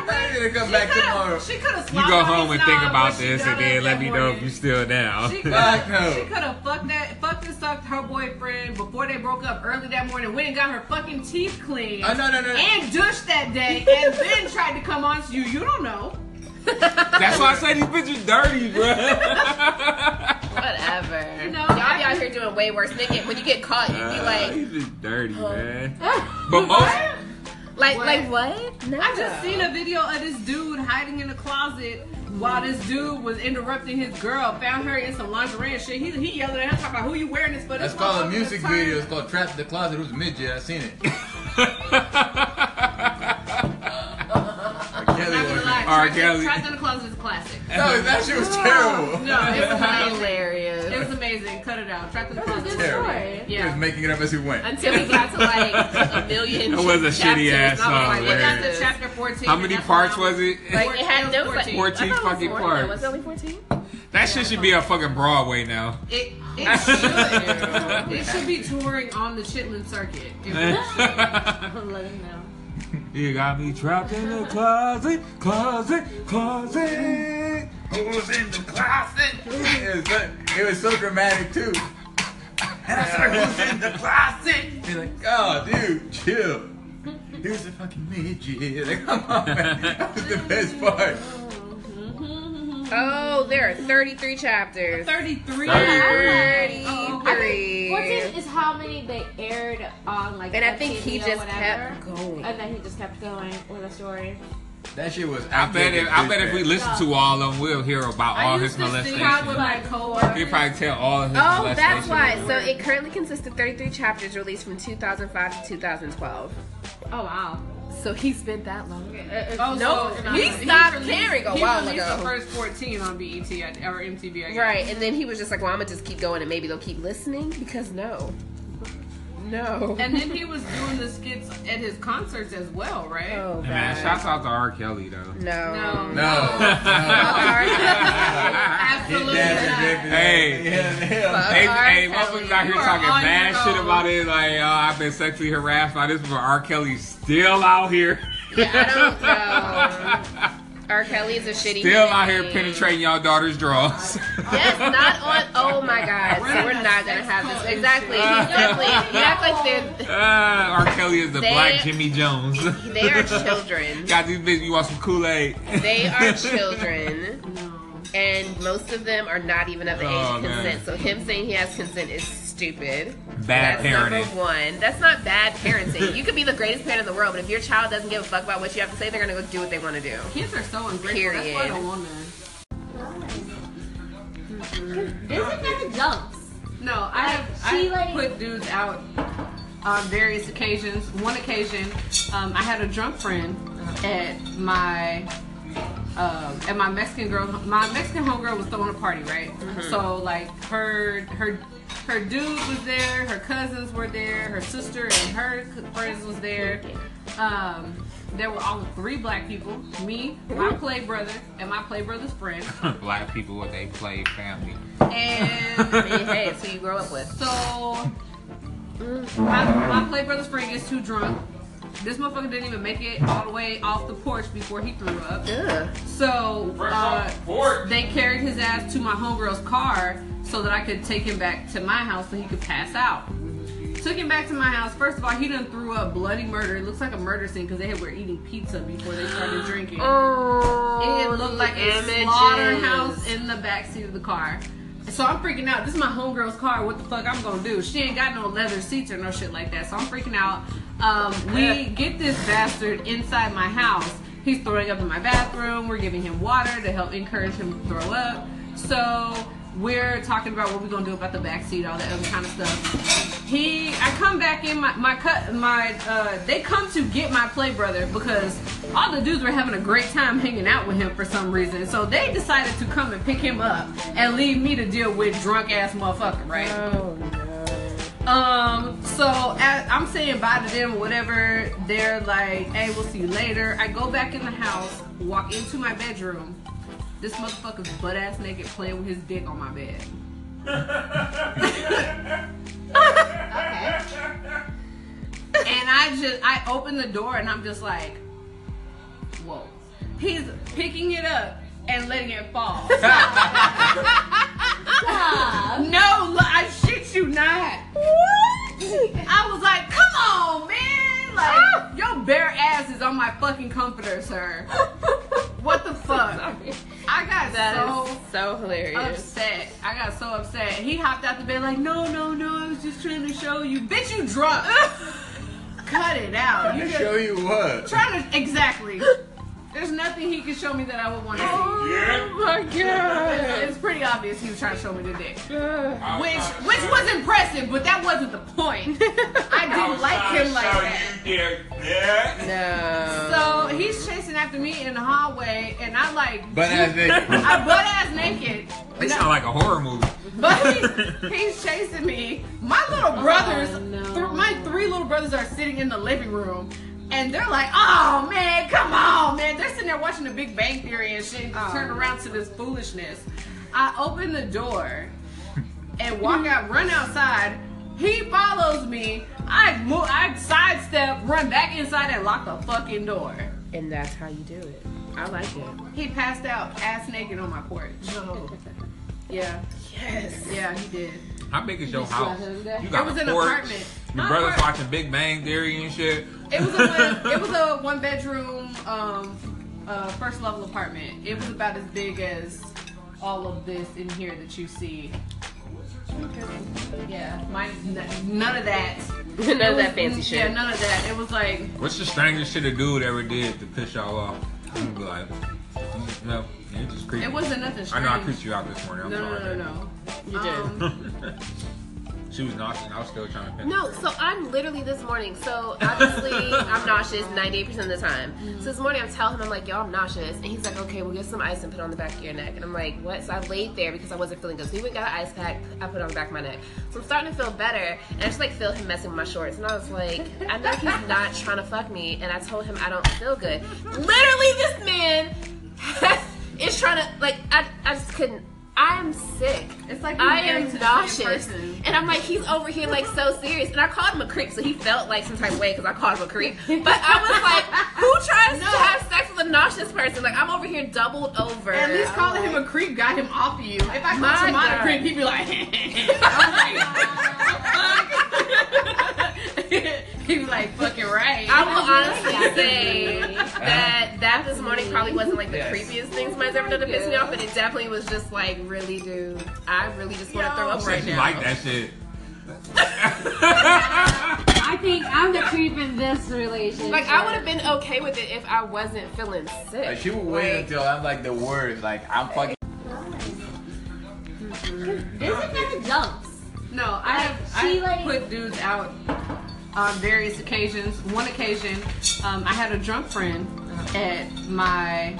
S5: I need to come back tomorrow.
S3: She could have
S2: You go home and think about this and then let me know if you still down.
S3: She could
S5: Fuck no.
S3: have fucked that, fucked and sucked her boyfriend before they broke up early that morning. Went and got her fucking teeth cleaned
S5: Oh, no, no, no. no.
S3: and douched that day, and then tried to come on to you. You don't know.
S2: That's why I say these bitches dirty, bruh.
S4: Whatever.
S3: You know,
S4: Y'all be
S3: I-
S4: out here doing way worse. Nigga, when you get caught, you be
S2: Uh,
S4: like,
S2: these bitches dirty, man. But most
S4: like,
S3: What?
S4: like what? No.
S3: I just seen a video of this dude hiding in a closet while this dude was interrupting his girl. Found her in some lingerie and shit. He, he yelling at her talking about who you wearing this for. This
S5: That's called a
S3: motherfucker
S5: music
S3: turned-
S5: video. It's called Trapped in the Closet. Who's a midget? I seen it. Or
S3: I'm not
S5: Kelly
S3: gonna
S5: was-
S3: lie,
S2: R.
S3: Trapped-
S2: Kelly.
S3: Trapped in the closet is a classic.
S5: No, that shit was terrible.
S3: No, it was amazing. It
S4: hilarious.
S3: was amazing. Cut it out. Trapped in the
S1: that's a
S3: closet.
S1: good
S5: Terrible.
S1: story.
S5: He was
S3: Yeah.
S5: making it up as he went.
S4: Until we got to like a million.
S2: It was a shitty ass
S4: chapters, and I was
S2: song,
S4: Like, what
S2: man.
S4: is
S3: Got to
S4: this?
S3: chapter 14.
S2: How many
S3: and that's
S2: parts
S3: when I
S2: was it?
S4: Like it had no
S3: It was 14.
S2: 14 fucking
S4: Was
S2: parts.
S4: only 14?
S2: That shit should be a fucking Broadway now.
S3: It, it should. it should be touring on the Chitlin circuit.
S1: I'm letting know.
S2: You got me trapped in the closet, closet, closet.
S5: Who's in the closet? It was so, it was so dramatic too. And I started who's in the closet? He's like, oh dude, chill. He was a fucking midget. Like, come on, man. That was the best part.
S4: Oh, there are 33 chapters.
S3: 33. Oh, okay.
S4: 33.
S1: 14 is how many they aired on like.
S4: And I think he
S1: FTV or
S4: just
S1: whatever.
S4: kept going.
S1: And then he just kept going with a story.
S5: That shit was.
S2: I bet if I bet if we listen to all of them, we'll hear about
S3: I
S2: all
S3: used
S2: his
S3: to sing out with
S2: molestation.
S3: my coworkers.
S2: He'll probably tell all of his
S4: Oh,
S2: molestation.
S4: that's why. So it currently consists of 33 chapters released from 2005 to 2012.
S1: Oh wow.
S4: So he's been that long.
S3: Oh,
S4: No,
S3: so-
S4: we
S3: he
S4: uh, stopped
S3: released-
S4: caring a
S3: he
S4: while
S3: released the
S4: ago.
S3: first 14 on BET at- or MTV, I guess.
S4: Right, and then he was just like, well, I'm gonna just keep going and maybe they'll keep listening because no. No.
S3: And then he was doing the skits at his concerts as well, right?
S4: oh,
S2: Hey, Man,
S4: God.
S2: shouts out to R. Kelly though.
S4: No.
S3: No.
S5: No.
S4: Oh, R.
S5: He
S3: Absolutely
S5: danced
S3: not.
S5: and
S2: Hey.
S5: did that. Yeah,
S4: Fuck.
S5: yeah.
S2: Hey,
S4: R.
S2: hey,
S4: Kelly.
S2: motherfuckers out here
S3: You are
S2: talking
S3: on
S2: bad
S3: your
S2: shit
S3: own.
S2: about it. Like, uh, I've been sexually harassed by this, but R. Kelly's still out here.
S4: I R. Kelly is a shitty.
S2: still out here
S4: name.
S2: penetrating y'all daughter's drawers.
S4: Yes, not on. Oh my God,
S3: We're in
S4: we're
S3: a
S4: not gonna
S3: sex
S4: have
S3: cult
S4: this.
S3: and
S4: Exactly,
S3: shit.
S4: exactly. You act like they're
S2: Uh, R. Kelly is the
S4: They-
S2: black Jimmy Jones.
S4: they are children.
S2: Got these bitches. You want some Kool Aid?
S4: They are children.
S3: No.
S4: and most of them are not even of the age
S2: Oh,
S4: of
S2: man.
S4: consent. So him saying he has consent is stupid.
S2: Bad
S4: That's number
S2: parenting.
S4: one. That's not bad parenting. you could be the greatest parent in the world, but if your child doesn't give a fuck about what you have to say, they're gonna go do what they want to do.
S3: Kids are so ungrateful. That's why I don't want none.
S1: Isn't that the jumps?
S3: No, I have
S1: She, like-
S3: I put dudes out on various occasions. One occasion, um, I had a drunk friend
S1: Uh-huh.
S3: at my uh, and my Mexican girl, my Mexican homegirl was throwing a party, right?
S1: Mm-hmm.
S3: So like her her her dude was there, her cousins were there, her sister and her c- friends was there. Um, there were all three black people, me, my play brother, and my play brother's friend.
S2: Black people, what they play family.
S3: And
S4: I mean, hey, it's who you grow up with.
S3: so my, my play brother's friend gets too drunk. This motherfucker didn't even make it all the way off the porch before he threw up.
S4: Ugh.
S3: So
S2: Fresh
S3: uh,
S2: off the porch.
S3: they carried his ass to my homegirl's car so that I could take him back to my house so he could pass out. Took him back to my house. First of all, he done threw up bloody murder. It looks like a murder scene because they had, were eating pizza before they started drinking. It
S4: Oh,
S3: looked like a
S4: images.
S3: slaughterhouse in the backseat of the car. So I'm freaking out. This is my homegirl's car. What the fuck I'm gonna do? She ain't got no leather seats or no shit like that. So I'm freaking out. Um, we get this bastard inside my house. He's throwing up in my bathroom. We're giving him water to help encourage him to throw up. So we're talking about what we're gonna do about the backseat, all that other kind of stuff. He, I come back in my my cut my. Uh, they come to get my play brother because all the dudes were having a great time hanging out with him for some reason. So they decided to come and pick him up and leave me to deal with drunk ass motherfucker, right? Um, so at, I'm saying bye to them, whatever. They're like, hey, we'll see you later. I go back in the house, walk into my bedroom. This motherfucker's butt ass naked playing with his dick on my bed. and I just, I open the door and I'm just like, whoa. He's picking it up and letting it fall.
S1: Stop.
S3: No, look, I shit you not. I was like, come on, man. Like, your bare ass is on my fucking comforter, sir. What the fuck? I got
S4: That
S3: so
S4: is so hilarious.
S3: upset. I got so upset. He hopped out the bed like, no, no, no, I was just trying to show you. Bitch, you drunk. Cut it out. You
S5: To
S3: just
S5: show you what.
S3: trying to, exactly. There's nothing he can show me that I would want to see.
S2: Yeah.
S4: my god.
S3: It's it's pretty obvious he was trying to show me the dick.
S2: I was
S3: Which
S2: trying to
S3: which
S2: show
S3: was impressive, but that wasn't the point. I
S2: you- I
S3: didn't
S2: was
S3: like
S2: trying
S3: him
S2: to
S3: like
S2: show
S3: that.
S2: you did that.
S4: No.
S3: So he's chasing after me in the hallway, and I like
S5: But as they.
S3: I butt ass naked.
S2: It
S3: No,
S2: sound like a horror movie.
S3: but he, he's chasing me. My little brothers,
S1: Oh, no.
S3: thr- my three little brothers are sitting in the living room. And they're like, oh man, come on, man. They're sitting there watching the Big Bang Theory and shit, and
S4: Oh.
S3: turn around to this foolishness. I open the door and walk out, run outside. He follows me. I move, I sidestep, run back inside, and lock the fucking door.
S4: and that's how you do it. I like it.
S3: He passed out ass naked on my porch. Yeah,
S4: Yes.
S3: yeah, he did.
S2: How big is your house? You
S3: It was an
S2: porch.
S3: apartment.
S2: Your
S3: My
S2: brother's
S3: apartment.
S2: watching Big Bang Theory and shit.
S3: It was a one, it was a one bedroom um, uh, first level apartment. It was about as big as all of this in here that you see. Yeah, mine n- none of that.
S4: None
S3: It
S4: of
S3: was-
S4: that fancy shit.
S3: Yeah, none of that. It was like
S2: What's the strangest shit a dude ever did to piss y'all off? I'm gonna be like, mm, no, you just creepy.
S3: it wasn't nothing
S2: I
S3: strange.
S2: know I creeped you out this morning. I'm
S3: No, no,
S2: sorry.
S3: no, no,
S4: You
S3: no.
S4: did.
S3: Um,
S2: she was nauseous. and I was still trying to finish.
S4: No, so I'm literally this morning. So obviously I'm nauseous 98% of the time. So this morning I'm telling him I'm like, yo, I'm nauseous, and he's like, okay, we'll get some ice and put it on the back of your neck. And I'm like, what? So I laid there because I wasn't feeling good. So he went and got an ice pack. I put it on the back of my neck. So I'm starting to feel better, and I just like feel him messing with my shorts, and I was like, I know he's not trying to fuck me, and I told him I don't feel good. Literally, this man is trying to like, I, I just couldn't. I'm sick.
S3: It's like
S4: I
S3: you're married
S4: am
S3: to the same
S4: nauseous.
S3: person.
S4: And I'm like, he's over here like so serious. And I called him a creep, so he felt like some type of way because I called him a creep. But I was like, who tries to have sex with a nauseous person? Like I'm over here doubled over.
S3: at least calling him a creep got him off of you. If I
S4: My
S3: called him
S4: God.
S3: a creep, he'd be like, I'm like, he'd be like, fucking right.
S4: I will honestly say that that this morning probably wasn't like the
S5: Yes.
S4: creepiest thing somebody's ever done to piss me off, but it definitely was just like, really, dude, I really just want to throw up
S2: Said
S4: right
S2: you
S4: now.
S2: like that shit.
S1: I think I'm the creep in this relationship.
S4: Like I would have been okay with it if I wasn't feeling sick.
S5: Like, she would wait until I'm like the worst. Like I'm fucking.
S6: This is kind of jumps.
S3: No, I have
S6: She, like-
S3: I put dudes out on various occasions. One occasion, um, I had a drunk friend
S6: Uh-huh.
S3: at my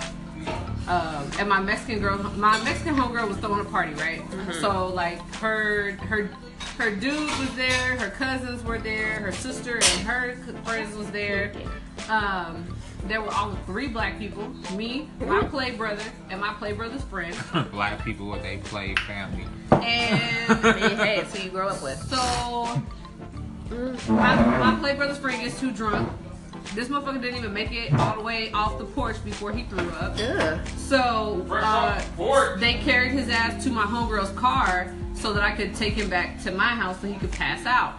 S3: um, and my Mexican girl, my Mexican homegirl was throwing a party, right?
S6: Mm-hmm.
S3: So like her her her dude was there, her cousins were there, her sister and her c- friends was there. Um, there were all three black people, me, my play brother, and my play brother's friend.
S2: Black people, what they play, family.
S3: And
S4: I mean, hey, it's who you grow up with.
S3: so mm, my, my play brother's friend gets too drunk. This motherfucker didn't even make it all the way off the porch before he threw up.
S4: Ugh.
S3: So
S2: Fresh
S3: uh,
S2: off the porch.
S3: they carried his ass to my homegirl's car so that I could take him back to my house so he could pass out.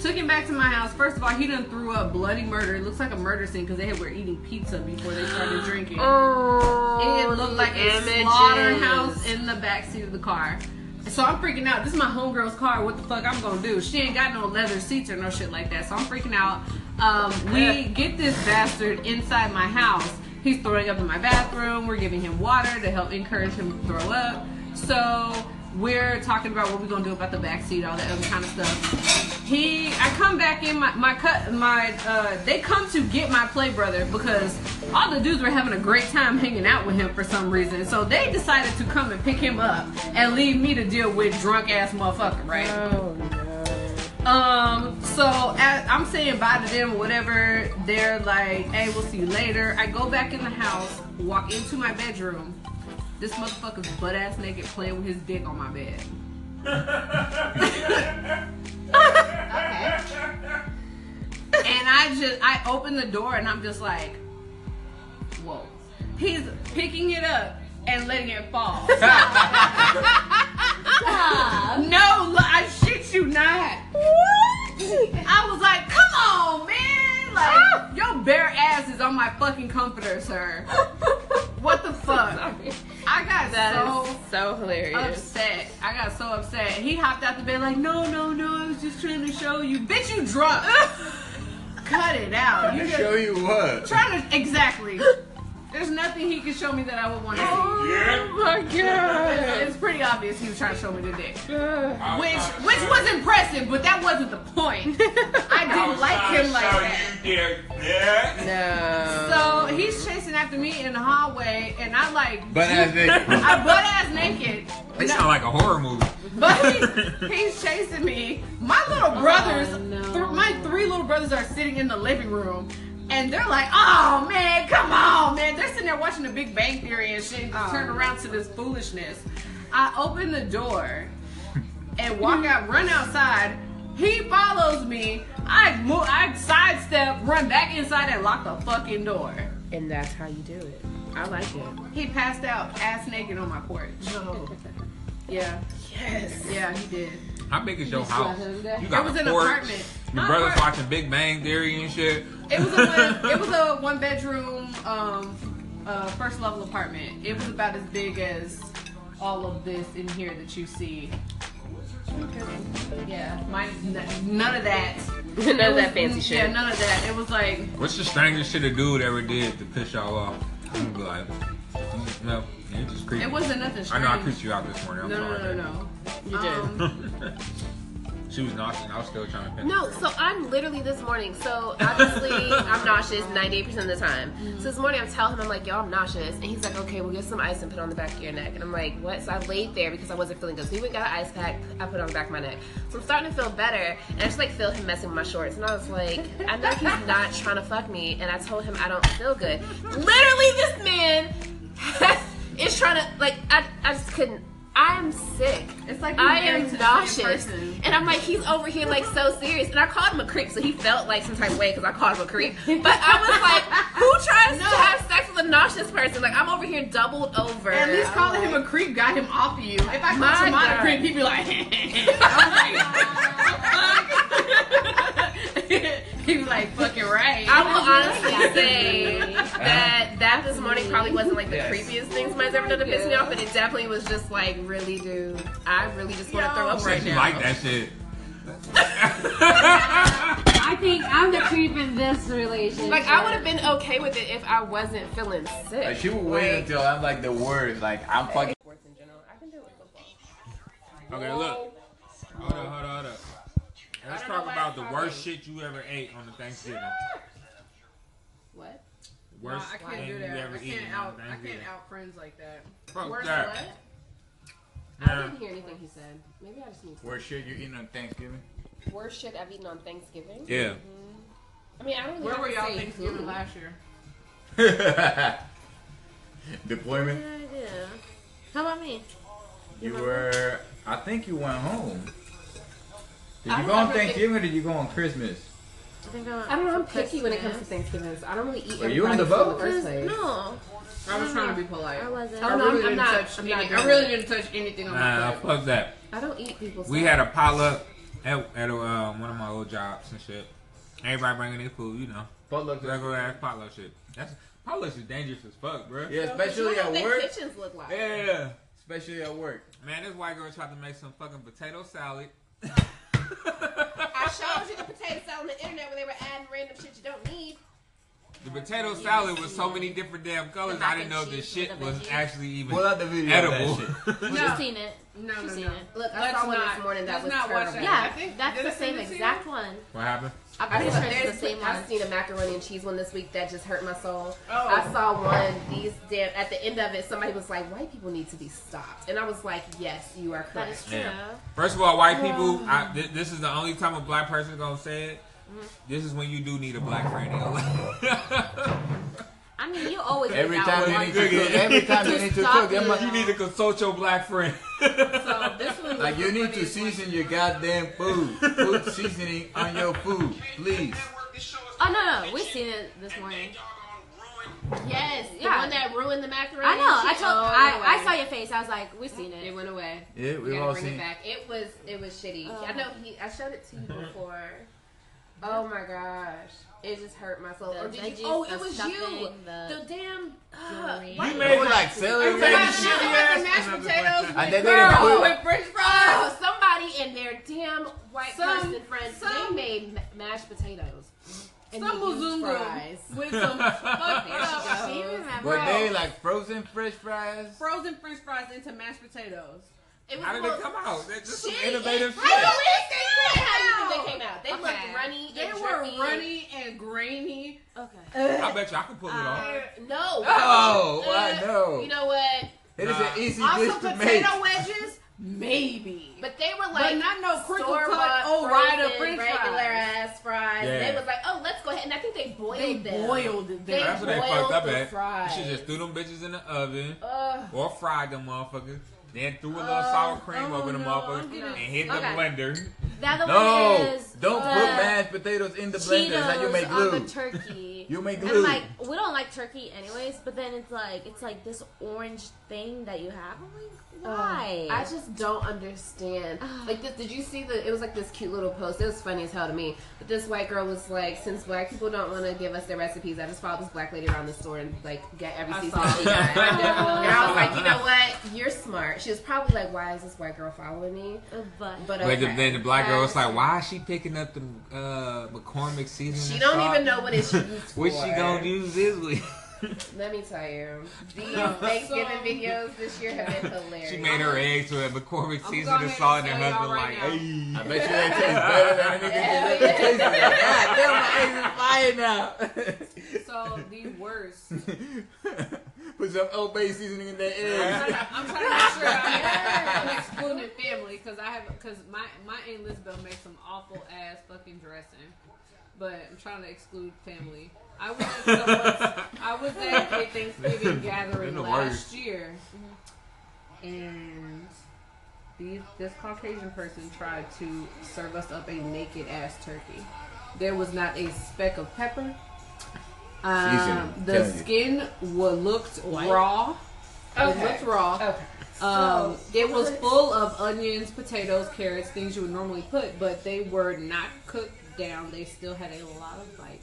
S3: Took him back to my house. First of all, he done threw up bloody murder. It looks like a murder scene because they had, were eating pizza before they started drinking. It
S4: Oh,
S3: looked like a slaughterhouse in the backseat of the car. So I'm freaking out. This is my homegirl's car. What the fuck I'm gonna do? She ain't got no leather seats or no shit like that. So I'm freaking out. Um, we get this bastard inside my house. He's throwing up in my bathroom. We're giving him water to help encourage him to throw up. So we're talking about what we're gonna do about the backseat, all that other kind of stuff. He, I come back in my my cut my uh, they come to get my play brother because all the dudes were having a great time hanging out with him for some reason. So they decided to come and pick him up and leave me to deal with drunk ass motherfucker, right? Um, so as I'm saying bye to them, whatever. They're like, "Hey, we'll see you later." I go back in the house, walk into my bedroom. This motherfucker's butt ass naked playing with his dick on my bed. and I just I open the door and I'm just like, whoa. He's picking it up and letting it fall. no, lo- I shit you not. I was like, come on, man.
S4: Ah.
S3: Like, your bare ass is on my fucking comforter, sir. What the fuck? I got
S4: That
S3: so
S4: is so hilarious.
S3: upset. I got so upset. He hopped out the bed like, no, no, no, I was just trying to show you. Bitch, you drunk. Cut it out. You
S5: I'll
S3: just
S5: show you what.
S3: trying to exactly. There's nothing he can show me that I would want to see.
S2: Yeah.
S4: my god.
S3: It's, it's pretty obvious he was trying to show me the dick,
S2: I was
S3: which
S2: trying to
S3: which
S2: show
S3: was impressive, but that wasn't the point. I
S2: you- I was
S3: didn't like
S2: trying to
S3: him like
S2: show
S3: that.
S2: you did that.
S4: No.
S3: So he's chasing after me in the hallway, and I like
S5: But as they,
S3: I butt ass naked.
S2: It
S3: No.
S2: sound like a horror movie.
S3: But he's, he's chasing me. My little
S4: Oh,
S3: brothers,
S1: no.
S3: thr- my three little brothers are sitting in the living room. And they're like, oh man, come on, man. They're sitting there watching the Big Bang Theory and shit, and
S4: Oh.
S3: just turn around to this foolishness. I open the door and walk out, run outside. He follows me. I move, I sidestep, run back inside, and lock the fucking door.
S4: And that's how you do it. I like it.
S3: He passed out ass naked on my porch.
S4: No.
S3: Yeah,
S4: Yes.
S3: yeah, he did.
S2: How big is your house? You
S3: It
S2: got
S3: was
S2: a
S3: an
S2: porch.
S3: apartment.
S2: Your
S3: My
S2: brother's
S3: apart-
S2: watching Big Bang Theory and shit.
S3: It was a one, it was a one bedroom um, uh, first level apartment. It was about as big as all of this in here that you see. Yeah, mine n- none of that. It
S4: None of
S3: was-
S4: that fancy shit.
S3: Yeah, none of that. It was like
S2: What's the strangest shit a dude ever did to piss y'all off? I'm like, mm, no, you just creepy.
S3: it wasn't nothing
S2: I
S3: strange.
S2: know I creeped you out this morning. I'm
S3: No, no,
S2: sorry.
S3: no, no,
S4: You
S3: no.
S4: did.
S3: Um,
S2: she was nauseous. I was still trying to. Finish.
S4: No, so I'm literally this morning. So obviously I'm nauseous 98% of the time. So this morning I'm telling him I'm like, y'all, I'm nauseous, and he's like, okay, we'll get some ice and put it on the back of your neck. And I'm like, what? So I laid there because I wasn't feeling good. So he went and got an ice pack. I put it on the back of my neck. So I'm starting to feel better, and I just like feel him messing with my shorts, and I was like, I know he's not trying to fuck me, and I told him I don't feel good. Literally, this man is trying to like, I, I just couldn't. I'm sick.
S3: It's like
S4: I
S3: you're married to
S4: am
S3: the same
S4: nauseous.
S3: person.
S4: And I'm like, he's over here like so serious. And I called him a creep, so he felt like some type of way because I called him a creep. But I was like, who tries to have sex with a nauseous person? Like I'm over here doubled over.
S3: at least calling him a creep got him off of you. If I
S4: My
S3: called him
S4: God.
S3: a creep, he'd be like, I'm like, He was like, fucking right.
S4: I will honestly say that that this morning probably wasn't like the creepiest thing somebody's ever done to piss me off, but it definitely was just like, really, dude, I really just want to throw up right
S2: Said you
S4: now.
S2: like that shit.
S1: I think I'm the creep in this relationship.
S4: Like I would have been okay with it if I wasn't feeling sick.
S5: Like she would wait until I'm like the worst. Like I'm fucking.
S4: Sports in general. I can do it with football.
S2: Okay, look. Hold up, hold up, hold up. Let's
S4: I don't
S2: talk
S4: know why
S2: about
S4: I
S2: the
S4: thought
S2: worst
S4: that.
S2: shit you ever ate on the Thanksgiving.
S4: What?
S2: Worst
S3: I can't
S2: thing
S3: do
S2: you
S3: that. I
S2: ever eaten
S3: can't
S2: on
S3: out. I
S2: Thanksgiving.
S3: can't out friends like that.
S2: Fuck
S4: Worse
S2: that.
S4: what? I
S2: Yeah.
S4: didn't hear anything he said. Maybe I just need to.
S5: Worst shit you eating on Thanksgiving?
S4: Worst shit I've eaten on Thanksgiving.
S2: Yeah.
S4: I mean, I don't. Really
S3: Where
S4: have
S3: were
S4: to
S3: y'all
S4: say
S3: Thanksgiving
S4: food.
S3: last year?
S5: Deployment.
S4: Yeah, yeah.
S1: How about me?
S5: You were. I think you went home. Did
S4: I don't
S5: you go on
S4: ever think-
S5: Thanksgiving or did you go on Christmas?
S1: I think I'm.
S4: I don't know. I'm picky when it comes to Thanksgiving. So I don't really eat.
S5: Were you
S4: everybody's
S5: on the
S4: food
S5: boat?
S4: In the first place.
S1: No,
S3: I was trying to be polite.
S1: I wasn't.
S4: Oh, no,
S3: really
S4: I'm- I'm
S3: didn't
S4: not-
S3: touch
S4: I'm not
S3: any-
S4: doing
S3: I really
S4: it.
S3: didn't touch anything on my
S2: Nah,
S3: plate.
S2: fuck that.
S4: I don't eat people's.
S2: We
S4: food.
S2: had a potluck at, at uh, one of my old jobs and shit. Everybody bringing their food, you know.
S5: Potluck.
S2: Regular ass potluck shit. That's potlucks is dangerous as fuck, bro.
S5: Yeah,
S4: You
S5: especially
S4: know
S5: at
S4: what their
S5: work.
S4: kitchens look like.
S2: Yeah.
S5: Especially at work.
S2: Man, this white girl tried to make some fucking potato salad.
S4: I showed you the potato salad on the internet where they were adding random shit you don't need.
S2: The potato salad was so many different damn colors.
S4: The mac
S2: I didn't
S4: and
S2: know this
S4: cheese
S2: shit
S4: with the
S2: was
S4: veggies.
S2: actually even
S5: Pull out the video. of that
S2: edible.
S5: shit.
S1: She's
S3: No.
S1: seen it.
S3: No,
S1: She's
S3: no,
S1: seen
S3: no.
S1: it.
S4: Look, I
S3: Let's
S4: saw one
S3: not-
S4: this morning that
S3: let's
S4: was
S3: not watch
S4: terrible.
S3: that.
S1: Yeah,
S3: I think-
S1: that's
S3: did
S1: the
S3: I send
S1: same
S3: it to you?
S1: exact one.
S2: What happened?
S1: I'm
S4: I
S1: pretty
S4: saw
S1: sure it's
S4: there's
S1: the same
S4: I
S1: one.
S4: just need a macaroni and cheese one this week that just hurt my soul.
S3: Oh.
S4: I saw one these damn at the end of it. Somebody was like, "White people need to be stopped," and I was like, "Yes, you are
S1: That is
S4: correct."
S1: true.
S2: Yeah. First of all, white people, I, thi- this is the only time a black person gonna say it.
S4: Mm-hmm.
S2: This is when you do need a black friend in your life.
S1: I mean, you always
S5: Every
S1: get that
S5: time they
S1: one.
S5: need to cook, every time they need to
S1: Stop
S5: cook, they
S1: you.
S5: must-
S2: you need to consult your black friend.
S3: So this one was
S5: like you
S3: the
S5: need to
S3: funniest one.
S5: season your goddamn food. Food seasoning on your food, please.
S1: Oh no, no, we seen it this morning.
S4: Yes,
S1: Yeah.
S4: the one that ruined the macaroni.
S1: I know.
S4: and
S1: I
S4: cheese-
S1: told.
S4: Oh, it went
S1: I, I
S4: away.
S1: saw your face. I was like, we seen it.
S4: It went away. Oh.
S5: Yeah,
S4: We
S5: we've
S4: gotta
S5: all
S4: bring it
S5: seen.
S4: back. It was it was shitty. I
S1: Ugh.
S4: know he. I showed it to you before. Oh my gosh, it just hurt my soul.
S1: The
S4: Or did you-
S1: veggies,
S4: oh,
S1: the
S4: it was you.
S1: stuffing,
S4: The,
S1: the
S4: damn. Uh,
S1: jewelry.
S4: why-
S1: You
S5: They were like
S4: Everybody
S5: celery.
S4: should have the mashed potatoes
S5: And
S4: with
S5: then they didn't
S4: girl,
S5: put-
S4: with French fries. somebody and their damn white
S3: Some-
S4: person friends,
S3: some-
S4: they made ma- mashed potatoes. And
S3: Some
S4: they used
S3: Muzungu
S4: fries.
S3: with some fucked up
S1: She remembered.
S5: But they like frozen French fries.
S3: frozen French fries into mashed potatoes.
S4: It was
S2: How did
S4: close.
S2: it come out? That's just some
S4: Shit,
S2: innovative
S4: it-
S2: shit.
S4: I know it came out. How do you think they came out? They
S3: Okay.
S4: looked runny.
S3: They
S4: and
S3: were
S4: drippy.
S3: runny Uh, and grainy.
S1: Okay.
S2: I bet you I can pull it off.
S4: Uh, No.
S5: Oh,
S4: Uh,
S5: I know.
S4: You know what?
S5: It is
S2: Nah.
S5: an easy dish
S3: Also
S5: to make.
S3: potato wedges, maybe.
S4: But they were
S3: But
S4: like,
S3: not no crinkle
S4: store-bought,
S3: cut, oh, Ryder
S4: frozen,
S3: french
S4: regular
S3: fries.
S4: ass fries. And
S2: Yeah.
S4: they was like, oh, let's go ahead. And I think they boiled
S3: They
S4: them.
S3: boiled them.
S4: They
S2: That's what they
S4: boiled
S2: fucked up
S4: the
S2: at.
S4: fries.
S2: She just threw them bitches in the oven
S4: Ugh.
S2: or fried them motherfuckers. Then threw a little
S3: Oh,
S2: sour cream
S3: oh
S2: over the
S3: no,
S2: motherfuckers
S3: I'm getting-
S2: and hit the
S1: Okay.
S2: blender.
S1: The other one
S5: No,
S1: is
S5: don't put
S1: the
S4: uh,
S5: mashed potatoes in the blender.
S1: Cheetos
S5: Now you make
S1: on
S5: glue.
S1: the turkey.
S5: You make
S1: And
S5: glue.
S1: like we don't like turkey anyways, but then it's like it's like this orange thing that you have. I'm like, why?
S4: Oh. I just don't understand. Like this, did you see the? It was like this cute little post. It was funny as hell to me. But this white girl was like, since black people don't want to give us their recipes, I just followed this black lady around the store and like get every season
S3: saw
S4: she
S3: it.
S4: got. and I was like, you know what? You're smart. She was probably like, why is this white girl following me?
S1: but
S4: But
S2: Like the,
S4: okay.
S2: then the black girl was
S4: I-
S2: like, "Why is she picking up the uh, McCormick season?"
S4: She don't even know what it's used for.
S2: what she gonna use this week.
S4: Let me tell you, these Thanksgiving videos this year have been hilarious.
S2: she made her eggs with a McCormick
S3: I'm
S2: season
S3: going
S2: and saw it,
S3: to
S2: and her
S3: tell
S2: husband
S3: y'all right
S2: like,
S5: I bet you that tastes better than anything you
S4: Hell
S5: ever
S4: yeah.
S5: tasted. God damn, my eggs is
S3: So the worst.
S5: fire now. Put some Old Bay seasoning in that
S3: I'm trying
S5: egg.
S3: to, I'm trying to make sure I'm, I'm excluding family because I have because my my aunt Lisbeth makes some awful ass fucking dressing, but I'm trying to exclude family. I was at someone's- I was at a Thanksgiving gathering
S2: the
S3: last year, and these, this Caucasian person tried to serve us up a naked ass turkey. There was not a speck of pepper. Um,
S5: Seasoning,
S3: the
S5: tell you.
S3: skin was looked raw. It looked raw.
S4: Okay.
S3: Um,
S4: So-
S3: it was full of onions, potatoes, carrots, things you would normally put, but they were not cooked down. They still had a lot of bite.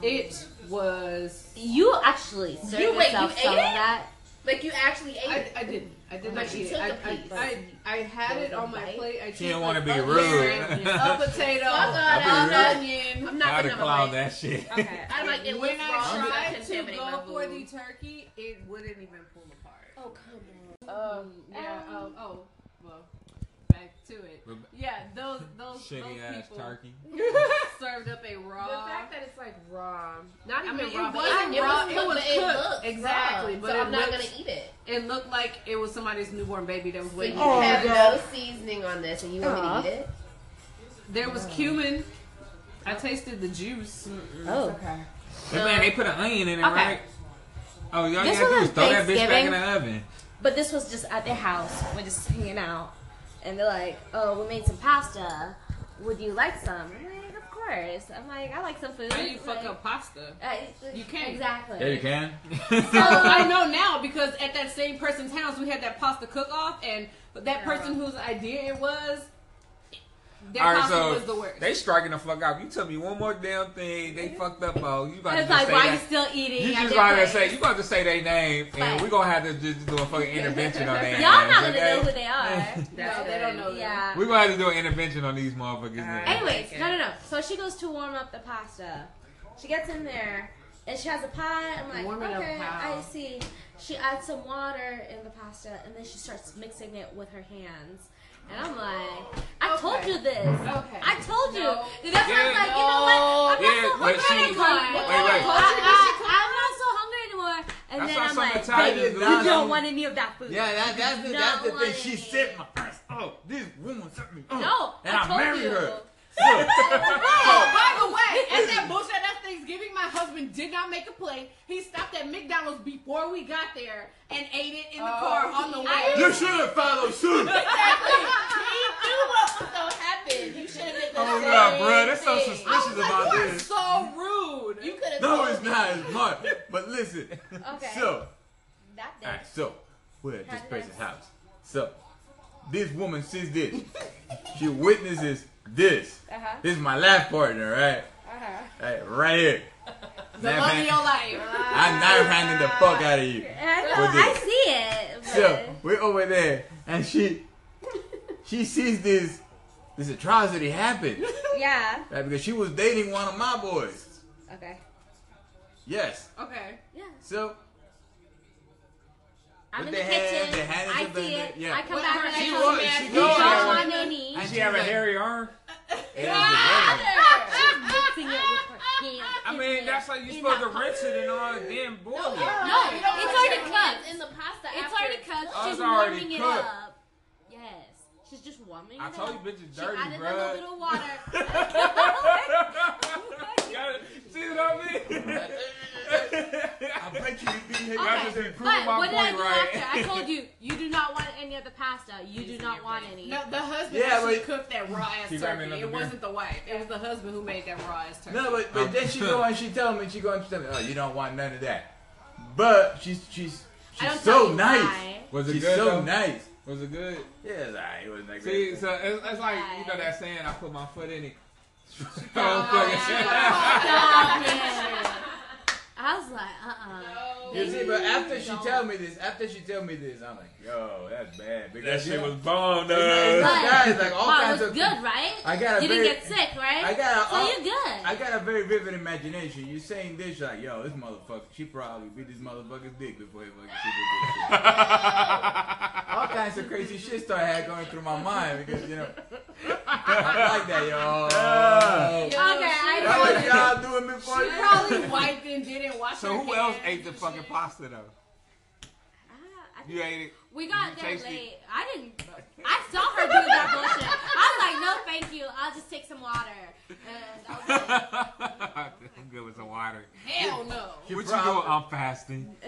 S3: It was.
S7: You actually served
S4: You- wait, you
S7: yourself
S4: ate
S7: some of
S4: it?
S7: that.
S4: Like you actually ate
S3: I,
S4: it.
S3: I didn't. I did
S4: But
S3: not
S4: you
S3: eat it.
S4: took
S3: I,
S4: a piece.
S3: I, I, I had
S7: There
S3: it
S7: was
S3: on
S7: a
S3: my
S7: bite.
S3: plate. I
S2: She didn't
S3: took
S2: want to be
S3: a
S2: rude.
S3: berry, A potato.
S4: Fuck all
S2: I
S4: that onion. I'm not
S2: I'd
S4: gonna
S2: have clowned
S4: like.
S2: that shit.
S6: Okay.
S4: I'm like it
S3: when
S4: looks wrong. but
S3: I tried
S4: couldn't
S3: to
S4: have it in my
S3: go for the
S4: food.
S3: turkey, it wouldn't even pull apart.
S4: Oh come on.
S3: Um, yeah. Um, oh, well, back to it.
S2: Rebe-
S3: Yeah, those those, those
S2: Shitty ass
S3: people
S2: turkey.
S3: served up a raw.
S4: The fact that it's like raw, not
S3: I
S4: even
S3: mean, it
S4: raw, but
S3: wasn't
S4: it
S3: raw,
S4: was
S3: it
S4: cooked,
S3: was
S4: but it
S3: cooked.
S4: looks
S3: Exactly,
S4: raw.
S3: but
S4: so
S3: it
S4: I'm not
S3: looks-
S4: gonna eat it.
S3: it looked like it was somebody's newborn baby that was
S4: So you
S3: waiting.
S4: have
S6: God.
S4: no seasoning on this, and you want
S7: Aw.
S4: me to eat it?
S3: There was cumin. I tasted the juice.
S7: Oh,
S2: But man, they put an onion in it,
S7: Okay.
S2: right? Oh, y'all
S7: This
S2: gotta do
S7: was
S2: is throw that bitch back
S7: Thanksgiving.
S2: in the oven.
S7: but this was just at their house. We're just hanging out, and they're like, "Oh, we made some pasta. Would you like some?" I'm like, "Of course." I'm like, "I like some food."
S3: How you fuck
S7: Like,
S3: up pasta?
S7: uh,
S3: You can't.
S7: exactly.
S2: Yeah, you can.
S3: I know now because at that same person's house we had that pasta cook off, and that person whose idea it was, their
S2: All right,
S3: pasta
S2: so
S3: was the worst.
S2: they striking the fuck out. You tell me one more damn thing they fucked up on. You about to
S7: It's
S2: just
S7: like,
S2: say
S7: why
S2: that.
S7: you still eating?
S2: You
S7: at
S2: just
S7: their
S2: about to
S7: place?
S2: say you about to say their name, and
S7: Right.
S2: we gonna have to just do a fucking intervention on their
S7: Y'all not
S2: names,
S7: gonna
S2: okay?
S7: know who they are.
S3: no, they don't know. that.
S7: yeah.
S2: We gonna have to do an intervention on these motherfuckers. niggas.
S7: Anyways, no, no, no. So she goes to warm up the pasta. She gets in there and she has a pot. I'm like,
S3: Warming up
S7: okay,
S3: how?
S7: I see. She adds some water in the pasta and then she starts mixing it with her hands. And I'm like, I told you this.
S3: Okay.
S7: I told you.
S3: No.
S7: And that's why I was like, you know what? I'm
S2: Yeah,
S7: not so
S2: but
S7: hungry
S2: she-
S7: anymore.
S2: What
S3: Oh,
S2: kind of wait, wait.
S7: I, I, am not so hungry anymore. And
S2: I
S7: then
S2: saw
S7: I'm
S2: some
S7: like,
S2: Italians
S7: babe,
S2: do
S7: you
S2: that.
S7: don't want any of that food.
S5: Yeah, that, that's the,
S7: No
S5: that's the thing.
S7: one
S5: She
S7: is.
S5: set my ass Oh, This woman set me up.
S7: No,
S5: and
S7: I
S5: I,
S7: told
S5: married
S7: you.
S5: her.
S3: Oh, by the way, at that bullshit at Thanksgiving, my husband did not make a plate. He stopped at McDonald's before we got there and ate it in the car on the way.
S5: You should have followed suit. Oh,
S4: he knew what was gonna happen. You should have been the
S2: Hold
S4: same
S2: up, Oh, bruh. That's so
S4: thing.
S2: suspicious about
S3: you are
S2: this.
S3: so rude.
S4: You could have.
S5: No, it's not. It's Mark. But listen.
S7: Okay.
S5: So,
S7: That day.
S5: alright, so we're at
S7: How
S5: this
S7: did
S5: person's
S7: I-
S5: house. So, this woman sees this. she witnesses this.
S7: Uh-huh.
S5: This is my life partner, right?
S7: Uh-huh.
S5: Right, right here.
S3: The
S5: Knife
S3: love of
S5: hand-
S3: your life.
S5: I'm
S7: Ah.
S5: knife handing the fuck out of you.
S7: And I,
S5: With
S7: thought, I see it. But
S5: So we're over there, and she she sees this this atrocity happen
S7: Yeah.
S5: right, because she was dating one of my boys.
S7: Okay.
S5: Yes.
S3: Okay.
S7: Yeah.
S5: So
S7: I'm
S5: With
S7: in
S5: the
S7: the
S5: hand-
S7: kitchen.
S5: the hand is
S7: I
S5: up in
S7: see it.
S5: the- yeah.
S7: I come
S3: With
S7: back
S3: her-
S7: and
S3: she
S7: I tell
S3: was-
S7: you,
S5: she
S7: you
S5: goes
S7: don't
S5: there.
S7: want no need.
S5: And
S2: She have a
S5: like-
S2: hairy arm.
S5: it was
S7: Ah!
S5: a woman.
S7: Mixing it with her hands.
S2: I
S7: in
S2: mean,
S7: there,
S2: that's like
S7: in
S2: you're supposed to
S7: that pot.
S2: rinse it and all that damn boil it.
S7: No,
S4: You
S7: it's
S4: don't want
S7: already
S4: your
S7: cooked.
S4: hands in the pasta.
S7: It's
S4: after.
S7: already cooked.
S2: Oh,
S7: She's
S2: it's already
S7: warming it
S2: cooked.
S7: up. Yes. She's just warming
S2: I
S7: it
S2: told you,
S7: up.
S2: bitches
S7: She
S2: dirty,
S7: added a little bit
S2: bruh.
S7: of water.
S2: Y'all- See what I mean?
S5: I bet you you'd be here.
S2: Y'all just be proving
S7: But
S2: my
S7: what did I
S2: point
S7: do
S2: right.
S7: after? I told you, you do not want any of the pasta. You do not want any.
S3: No, the husband
S5: Yeah,
S3: actually
S5: but-
S3: cooked that raw ass
S2: She grabbed
S3: turkey.
S2: me
S3: It
S2: another beer.
S3: wasn't the wife. It was the husband who made that raw ass turkey.
S5: No, but,
S2: Um,
S5: but then she go and she tell me she go and she tell me, oh, you don't want none of that. But she's she's
S7: I
S5: she's
S7: don't tell
S5: so
S7: you
S5: nice.
S7: why.
S2: was it
S5: She's
S2: good?
S5: so
S2: though?
S5: nice.
S2: Was it good?
S5: Yeah, it's alright. It was like
S2: See,
S5: that.
S2: so it's, it's like you know that saying, "I put my foot in it." Oh,
S7: Stop it. I was like, uh-uh.
S5: You see, but after she tell me this, after she tell me this, I'm like, yo, that's bad. Because you know,
S2: bomb,
S5: it's
S7: But-
S5: like, guys, like all
S7: Wow, it
S5: kinds
S7: was
S5: of.
S7: good, right?
S5: I got a
S7: you didn't
S5: very-
S7: get sick, right?
S5: I got a-
S7: so
S5: uh,
S7: you're good.
S5: I got a very vivid imagination. You saying this, you're like, yo, this motherfucker, she probably beat this motherfucker's dick before he fucking she did this. All kinds of crazy shit started had going through my mind because you know, I like that, yo.
S7: okay,
S5: That
S7: I
S5: was y'all doing before.
S3: She probably wiped and didn't wash
S2: So
S3: her
S2: who else
S3: hands
S2: ate the
S3: and
S2: fucking
S3: shit.
S2: pasta though?
S7: I
S2: You ate it.
S7: We got
S2: You
S7: there
S2: tasted-
S7: late. I didn't. I saw her do that bullshit. I was like, no, thank you. I'll just take some water. And I was like,
S2: I'm good with some water.
S3: Hell no.
S5: She
S2: what you
S5: probably-
S2: doing? I'm fasting.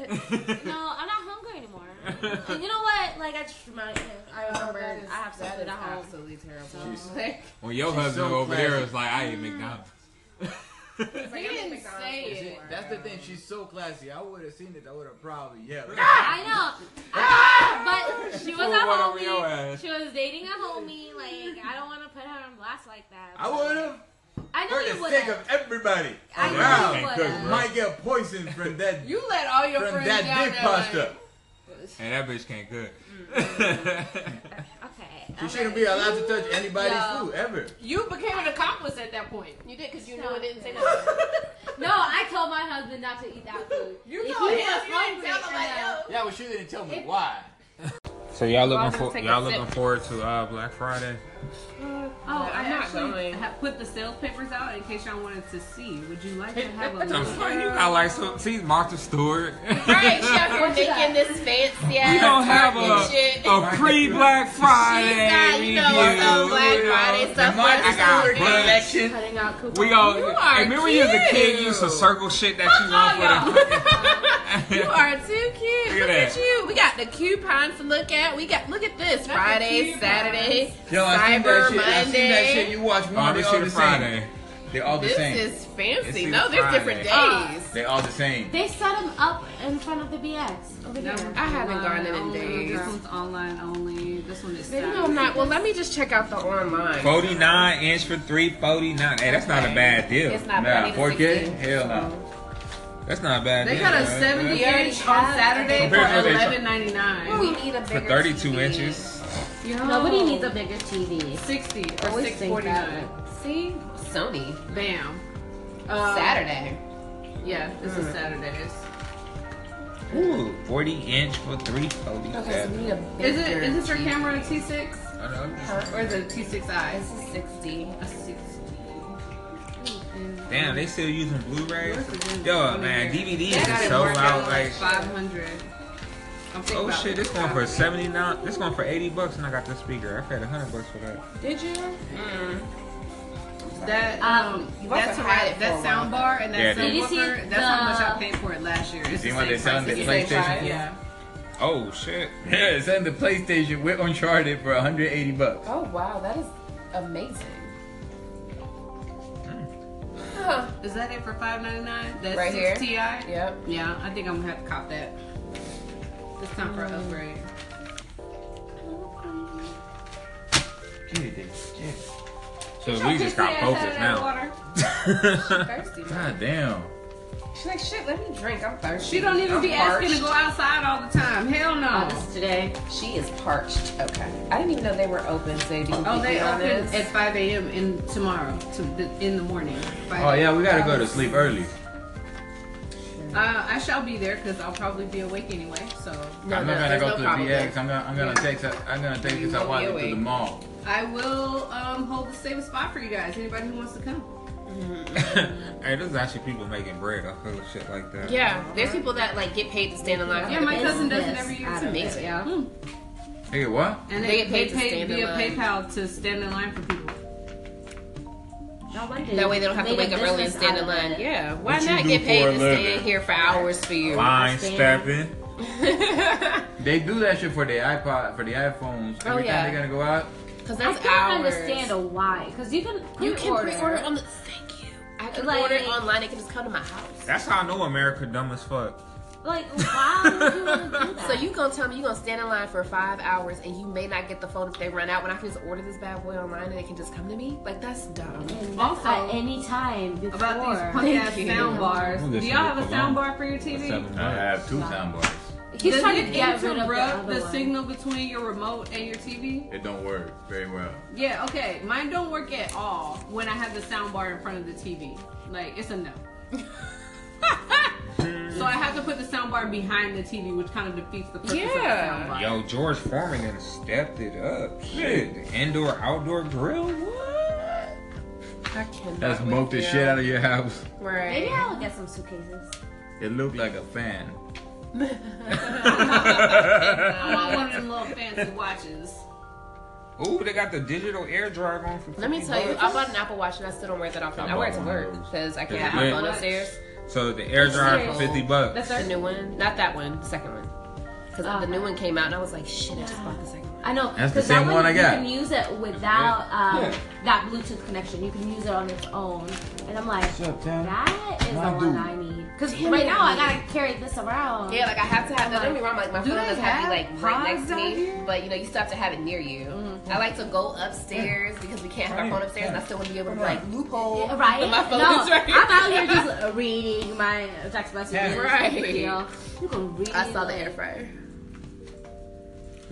S7: no, I'm not hungry anymore. And you know what? Like, I just remind, I remember I have some
S3: That
S7: food
S3: is
S7: at home.
S3: absolutely terrible.
S5: Jeez.
S3: Like,
S2: When your
S5: She's
S2: husband
S5: so
S2: over there
S5: classy.
S2: was like, I ate McDonald's.
S3: he didn't say
S5: You see,
S3: it.
S5: That's the thing. She's so classy. I would have seen it. I would have probably yelled.
S7: I know. I- but she was
S2: Pour
S7: a
S2: one over your
S7: homie.
S2: ass.
S7: She was dating a homie. Like, I don't want to put her on blast like that.
S5: I would have.
S7: I know
S5: For
S7: you
S5: the sake
S7: wouldn't.
S5: of everybody
S7: I
S2: Wow.
S7: know
S2: Can't
S7: you
S2: cook,
S7: wouldn't.
S2: bro.
S5: might get poisoned from that
S3: You let all your
S5: from
S3: friends
S5: that
S3: down
S5: dick
S3: there.
S5: pasta.
S3: Like,
S2: And that bitch can't cook.
S7: Okay.
S5: You
S7: okay.
S5: shouldn't be allowed to touch anybody's
S7: Yeah.
S5: food ever.
S3: you became an accomplice at that point.
S4: You did because you
S7: Stop.
S4: knew it didn't say nothing.
S1: No, I told my husband not to eat that food.
S3: You
S1: If
S3: told
S1: he
S3: him,
S1: was
S3: you didn't
S1: hungry,
S3: tell him, like,
S1: I know.
S5: Yeah, but you didn't tell me why.
S2: So y'all
S3: Well, I'm
S2: looking
S3: gonna
S2: for
S3: take a
S2: y'all
S3: sip.
S2: looking forward to uh, Black Friday.
S3: Oh,
S4: Yeah,
S3: I
S4: I'm not
S3: actually
S4: going.
S3: ha- put the sales papers out in case y'all wanted to see. Would you like to have a
S2: The
S3: look?
S2: fuck you got like so see Martha Stewart.
S4: Right, chef, we're making this fancy ass.
S2: We don't have
S4: tartan shit.
S2: a, a pre Black Friday
S4: got, you
S2: review.
S4: know, some Black
S2: you know.
S4: Friday stuff.
S2: Mine- I got
S4: Stewart
S2: buns.
S5: collection.
S1: Cutting out coupons.
S2: We go.
S3: You
S2: I
S3: are
S2: remember you as a kid, you used to
S3: cute.
S2: circle shit that you
S3: all
S2: want for the.
S4: You are too cute.
S2: Look
S4: Look
S2: at
S4: at
S2: that.
S4: you. We got the coupons to look at. We got look at this Friday,
S3: coupons.
S4: Saturday,
S5: Yo, I
S4: Cyber
S5: seen that shit. I seen that shit.
S4: Monday.
S5: You watch
S2: Oh,
S5: one, they
S2: this
S5: all
S2: shit
S5: the
S2: is
S5: same.
S2: Friday.
S5: They all the
S4: This
S5: same.
S4: is
S2: It's
S4: fancy.
S2: either
S4: No, there's different days.
S2: Friday.
S5: They all the same.
S1: They set him up in front of the BX over
S3: No,
S1: here.
S4: I haven't gone in in
S3: Online only.
S4: days.
S3: This one's online only. This one is.
S4: Maybe
S3: Saturday.
S4: I'm not. Well, let me just check out the online.
S2: Forty nine inch for three forty nine. Hey, that's not a bad deal.
S4: It's not
S5: Nah,
S4: bad.
S5: 4K? Hell no.
S2: That's not a bad.
S3: They
S2: deal,
S3: got a
S2: man.
S3: 70
S4: already
S3: inch on
S4: have-
S3: Saturday for
S2: Compared to what they-
S3: 11.99.
S7: We need a bigger
S2: for thirty two
S7: TV.
S2: inches.
S7: Nobody needs a bigger TV.
S3: 60 or
S7: Always think that.
S3: 6.49.
S4: See, Sony Uh,
S3: Bam. Um,
S4: Saturday.
S3: Yeah, this
S5: Hmm.
S3: is Saturdays.
S2: Ooh, forty inch for three forty
S4: Okay, so we
S2: seven.
S4: need a
S3: Is it?
S4: bigger
S3: Is this your
S4: TV.
S3: camera a T6
S2: I know.
S3: or is it a T6i?
S4: This is sixty.
S3: A 60.
S2: Damn, they still using Blu-rays.
S3: Yours is in
S2: Yo,
S3: the
S2: man,
S3: corner. They
S2: DVDs
S3: got
S2: is
S3: it
S2: so
S3: marked
S2: out.
S3: down
S2: Like,
S3: like 500. I'm thinking
S2: oh
S3: about
S2: shit, this one for seventy nine. This one for eighty bucks, and I got the speaker. I paid hundred bucks for that.
S3: Did you? That
S7: Um,
S3: um,
S4: you've
S3: that's
S4: also
S3: what
S4: had
S3: I-
S4: it for a
S3: that
S4: while.
S3: sound bar and that
S2: Yeah, it
S3: sound
S2: is.
S7: Did you see
S3: subwoofer. That's how much I
S7: the-
S3: paid for it last year. It's
S5: See
S3: the
S5: what they
S3: same
S5: selling the
S3: price.
S5: PlayStation for?
S3: Yeah.
S2: Oh shit.
S5: Yeah, it's on the PlayStation with Uncharted for 180 bucks.
S4: Oh wow, that is amazing.
S3: Is that it for 5.99? That's
S4: Right here?
S3: 6 Ti. Yeah.
S4: Yep.
S3: I think I'm gonna have to cop that. It's time for an upgrade.
S5: Get it, David,
S2: So we just got focused now.
S3: Water.
S4: Thirsty.
S5: get it. God damn.
S4: She's like, shit, let me drink. I'm thirsty.
S3: She don't even
S4: I'm
S3: be asking to
S4: parched.
S3: go outside all the time. Hell no.
S7: This is today.
S4: She is parched. Okay. I didn't even know they were open, Sadie.
S3: Oh, they open
S4: open.
S3: at 5 a.m. in tomorrow to the, in the morning. 5
S5: Oh yeah, we gotta go to sleep early.
S3: Uh, I shall be there because I'll probably be awake anyway. So
S5: I'm not gonna go to the
S4: problem.
S5: VX. I'm gonna I'm gonna take some- I'm gonna take
S4: You
S5: this I
S4: won't
S5: watch
S4: be
S5: it to the
S4: awake.
S5: mall.
S3: I will um, hold the same spot for you guys. Anybody who wants to come.
S2: hey, this is actually people making bread off of shit like that.
S4: Yeah, there's people that like get paid to stand in line.
S3: Yeah,
S4: for the
S3: my
S4: business.
S3: cousin does it
S7: Yes,
S3: every year
S7: out
S3: too.
S7: of it, yeah.
S3: Hmm.
S5: Hey, what?
S3: And
S4: They
S3: they,
S4: get
S3: they
S4: paid to
S3: pay
S4: stand in
S3: via
S4: line.
S3: PayPal to stand in line for people.
S7: No wonder.
S4: That way they don't have to
S7: Made a
S4: wake up early and
S7: business
S4: stand
S7: out
S4: in
S7: of
S4: line.
S7: it.
S4: Yeah, why
S2: What you
S4: not
S2: do
S4: get
S2: for
S4: paid
S2: a
S4: to
S2: living?
S4: stand here for hours for you?
S2: Line
S7: Stand.
S2: stepping.
S4: Because
S5: They do that shit for the iPod, for the iPhones.
S4: Oh,
S5: Every time
S4: yeah.
S5: they gotta go out,
S7: I
S4: that's
S7: can
S4: hours.
S7: understand a why, because you can
S4: You can pre-order on the. Thank you. I can
S7: Like-
S4: order it online. It can just come to my house.
S2: That's how I know America dumb as fuck.
S7: Like, why would you want to do that?
S4: So you gonna tell me you gonna stand in line for five hours and you may not get the phone if they run out when I can just order this bad boy online and it can just come to me? Like that's dumb.
S7: And
S3: Also,
S7: at any time before.
S3: About these punk ass sound bars.
S2: Ooh,
S3: Do
S2: this
S3: y'all
S2: is
S3: have a
S2: cologne.
S3: sound bar for your TV?
S2: Seven
S5: I have
S2: bucks.
S5: two soundbars.
S7: He's
S3: Does
S7: trying
S3: it
S7: to get rid of the,
S3: interrupt
S7: other
S3: the
S7: one.
S3: signal between your remote and your TV?
S5: It don't work very well.
S3: Yeah, okay. Mine don't work at all when I have the sound bar in front of the TV. Like, it's a no. so I have to put the sound bar behind the TV, which kind of defeats the purpose
S4: Yeah.
S3: of the sound bar.
S2: Yo, George Foreman done stepped it up. Shit, the indoor outdoor grill. What?
S4: I cannot.
S5: That smoked the shit out of your house.
S7: Maybe
S4: Right.
S7: I'll get some suitcases.
S5: It looked like a fan.
S3: I want one of them little fancy watches.
S2: Ooh, they got the digital air dryer on for.
S4: Let me
S2: 50
S4: tell you,
S2: bucks.
S4: I bought an Apple Watch and I still don't wear that often.
S5: I
S4: I wear it to
S5: bought one of
S4: work
S5: those.
S4: because I can't
S2: Yeah.
S4: have my phone
S3: What?
S4: upstairs.
S2: So the air dryer for
S4: serious?
S2: fifty bucks.
S4: The new one, not that one, the second one. Because
S7: Oh,
S4: the new
S7: okay.
S4: one came out and I was like, shit, I just bought the second one.
S7: I know.
S5: That's the
S7: 'cause that
S5: same one I got.
S7: You can use it without um,
S2: Yeah.
S7: that Bluetooth connection. You can use it on its own. And I'm like,
S5: up, Tam?
S7: that is
S5: My
S7: the
S5: dude.
S7: one I need. Because right now I gotta carry this around.
S4: Yeah, like I have to have. No, don't get me wrong. Like my
S3: Do
S4: phone
S3: they
S4: doesn't have to be
S3: have
S4: like right next to
S3: pods
S4: me,
S3: out here?
S4: but you know you still have to have it near you. I like to go upstairs because we can't have
S5: Right.
S4: our phone upstairs, and I still want to be able to like loophole.
S7: Yeah, Right?
S4: that My phone
S7: no,
S4: is right.
S7: I'm out here just uh, reading my text messages.
S5: Yeah.
S4: Right.
S7: You know, you can read.
S4: I saw the
S7: like-
S4: air fryer.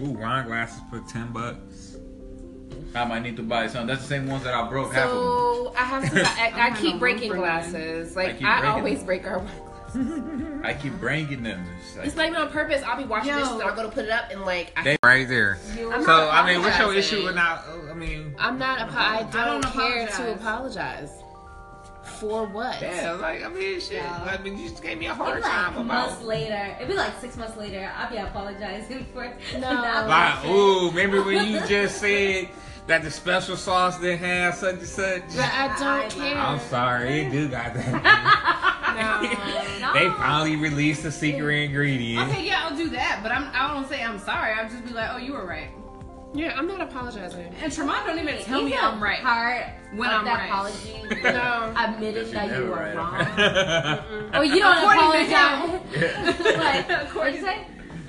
S2: Ooh, wine glasses for ten bucks.
S5: I might need to buy some. That's the same ones that I broke half of. them.
S4: So I have to. I, I keep breaking glasses. Like I,
S5: keep breaking
S4: always
S5: them.
S4: break our.
S5: I keep bringing them. It's like-
S4: It's not even on purpose. I'll be washing dishes and I'll go to put it up and like. I,
S2: They right there.
S4: I'm
S2: So
S4: not
S2: I mean, what's your
S4: apologizing.
S2: issue with not? I mean,
S4: I'm not. Apo- I don't,
S3: don't
S4: care to
S3: apologize.
S4: apologize. For what?
S2: yeah, like I mean, shit. I mean, you just gave me a
S7: It'd be
S2: hard time
S7: like
S2: about.
S7: months later. It'd be like six months later. I'd be apologizing for
S4: No.
S2: Like, ooh, remember when you just said that the special sauce didn't have such and such?
S4: But I
S7: I-
S4: don't care.
S2: I'm sorry, it do got that. They finally released the secret ingredient.
S3: Okay, yeah, I'll do that, but I'm, I don't say I'm sorry. I'll just be like, oh, you were right.
S4: Yeah, I'm not apologizing.
S3: And Tremont don't even tell me I'm right.
S7: Part
S3: When
S7: of
S3: I'm
S7: that
S3: right.
S7: apology,
S4: No.
S7: admitting
S5: Guess
S7: that
S5: you're
S7: you
S5: never
S7: were
S5: right.
S7: wrong. or you don't
S3: According to
S7: apologize. like, what'd you say?
S5: I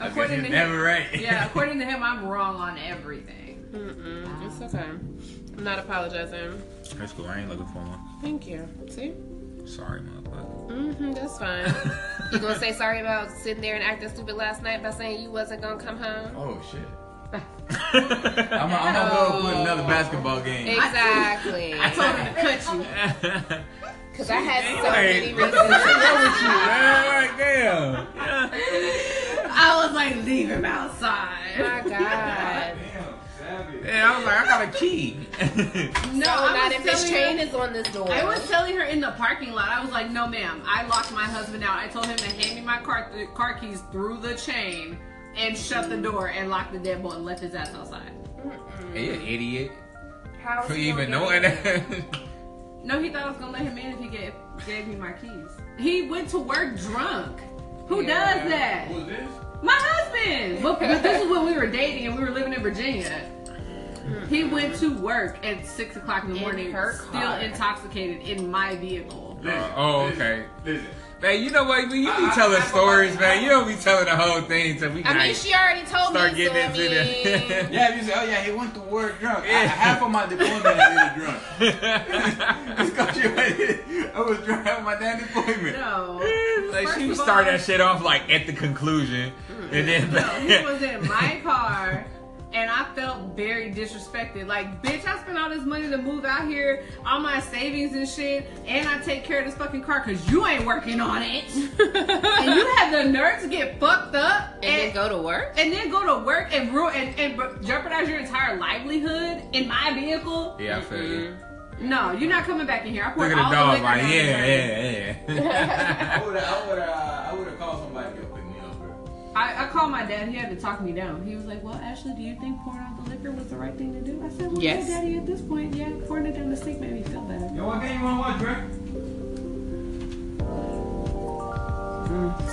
S5: guess
S3: According
S5: you're
S3: to
S5: never
S3: him.
S5: right.
S3: Yeah, according to him, I'm wrong on everything.
S4: Mm-mm, it's okay. I'm not apologizing.
S2: That's cool. I ain't looking for one.
S4: Thank you. See?
S2: Sorry, motherfucker.
S4: Mm-hmm, that's fine. you gonna say sorry about sitting there and acting stupid last night by saying you wasn't gonna come home?
S5: Oh shit. I'm, I'm gonna go put another basketball game.
S4: Exactly.
S3: Cut you.
S4: Because I had so many
S2: Anyway, what's
S4: reasons.
S2: wrong with you, man? Like, damn.
S3: I was like, leave him outside.
S4: Oh My God.
S2: Yeah, I was like, I got a key.
S3: No,
S4: Oh,
S3: I
S4: not
S3: was
S4: if this
S3: telling her-
S4: chain is on this door.
S3: I was telling her in the parking lot. I was like, "No, ma'am. I locked my husband out. I told him to hand me my car car keys through the chain and shut the door and lock the deadbolt and left his ass outside."
S2: Hey, you idiot.
S4: How
S2: For
S4: is he
S2: even
S4: gonna
S2: knowing
S4: get in?
S2: that.
S3: No, he thought I was gonna let him in if he gave gave me my keys. He went to work drunk. Who
S4: Yeah.
S3: does that? My husband. But, but this is when we were dating and we were living in Virginia. He went to work at six o'clock in the
S4: In
S3: morning,
S4: her
S3: still
S4: car.
S3: intoxicated in my vehicle.
S2: Uh, oh, okay.
S5: Listen.
S2: Man, you know what? You
S5: I-
S2: be
S5: I-
S2: telling
S5: I-
S2: stories, man. You don't be telling the whole thing till we
S4: I
S2: got
S4: mean, she already told
S2: start
S4: me. so,
S2: getting into
S4: I mean,
S2: the.
S5: Yeah, you say, oh yeah, he went to work drunk.
S2: Yeah.
S5: I, half of my deployment I did it drunk. It's 'cause you- I was drunk at my damn deployment.
S3: No.
S2: like
S3: First
S2: she
S3: of
S2: started
S3: all-
S2: that shit off like at the conclusion, and then
S3: No, he was in my car. And I felt very disrespected. Like, bitch, I spent all this money to move out here, all my savings and shit, and I take care of this fucking car because you ain't working on it. and you had the nerve to get fucked up and,
S4: and then go to work?
S3: and then go to work and ruin and, and br- jeopardize your entire livelihood in my vehicle.
S2: yeah, I feel you.
S3: No, you're not coming back in here. I
S2: Look
S3: poured
S2: at
S3: all
S2: the
S3: the
S2: dog,
S3: liquor
S2: like
S3: down
S2: yeah,
S3: there.
S2: yeah, yeah.
S5: I would have I would have I would have called somebody to pick me up, bro.
S3: I, I called my dad. He had to talk me down. He was like, "Well, Ashley, do you think pouring out the liquor was the right thing to do?" I said, "Well,
S4: Yes.
S3: yeah, Daddy. At this point, yeah, pouring it down the sink made me feel better."
S5: Yo, what game you wanna watch, bro?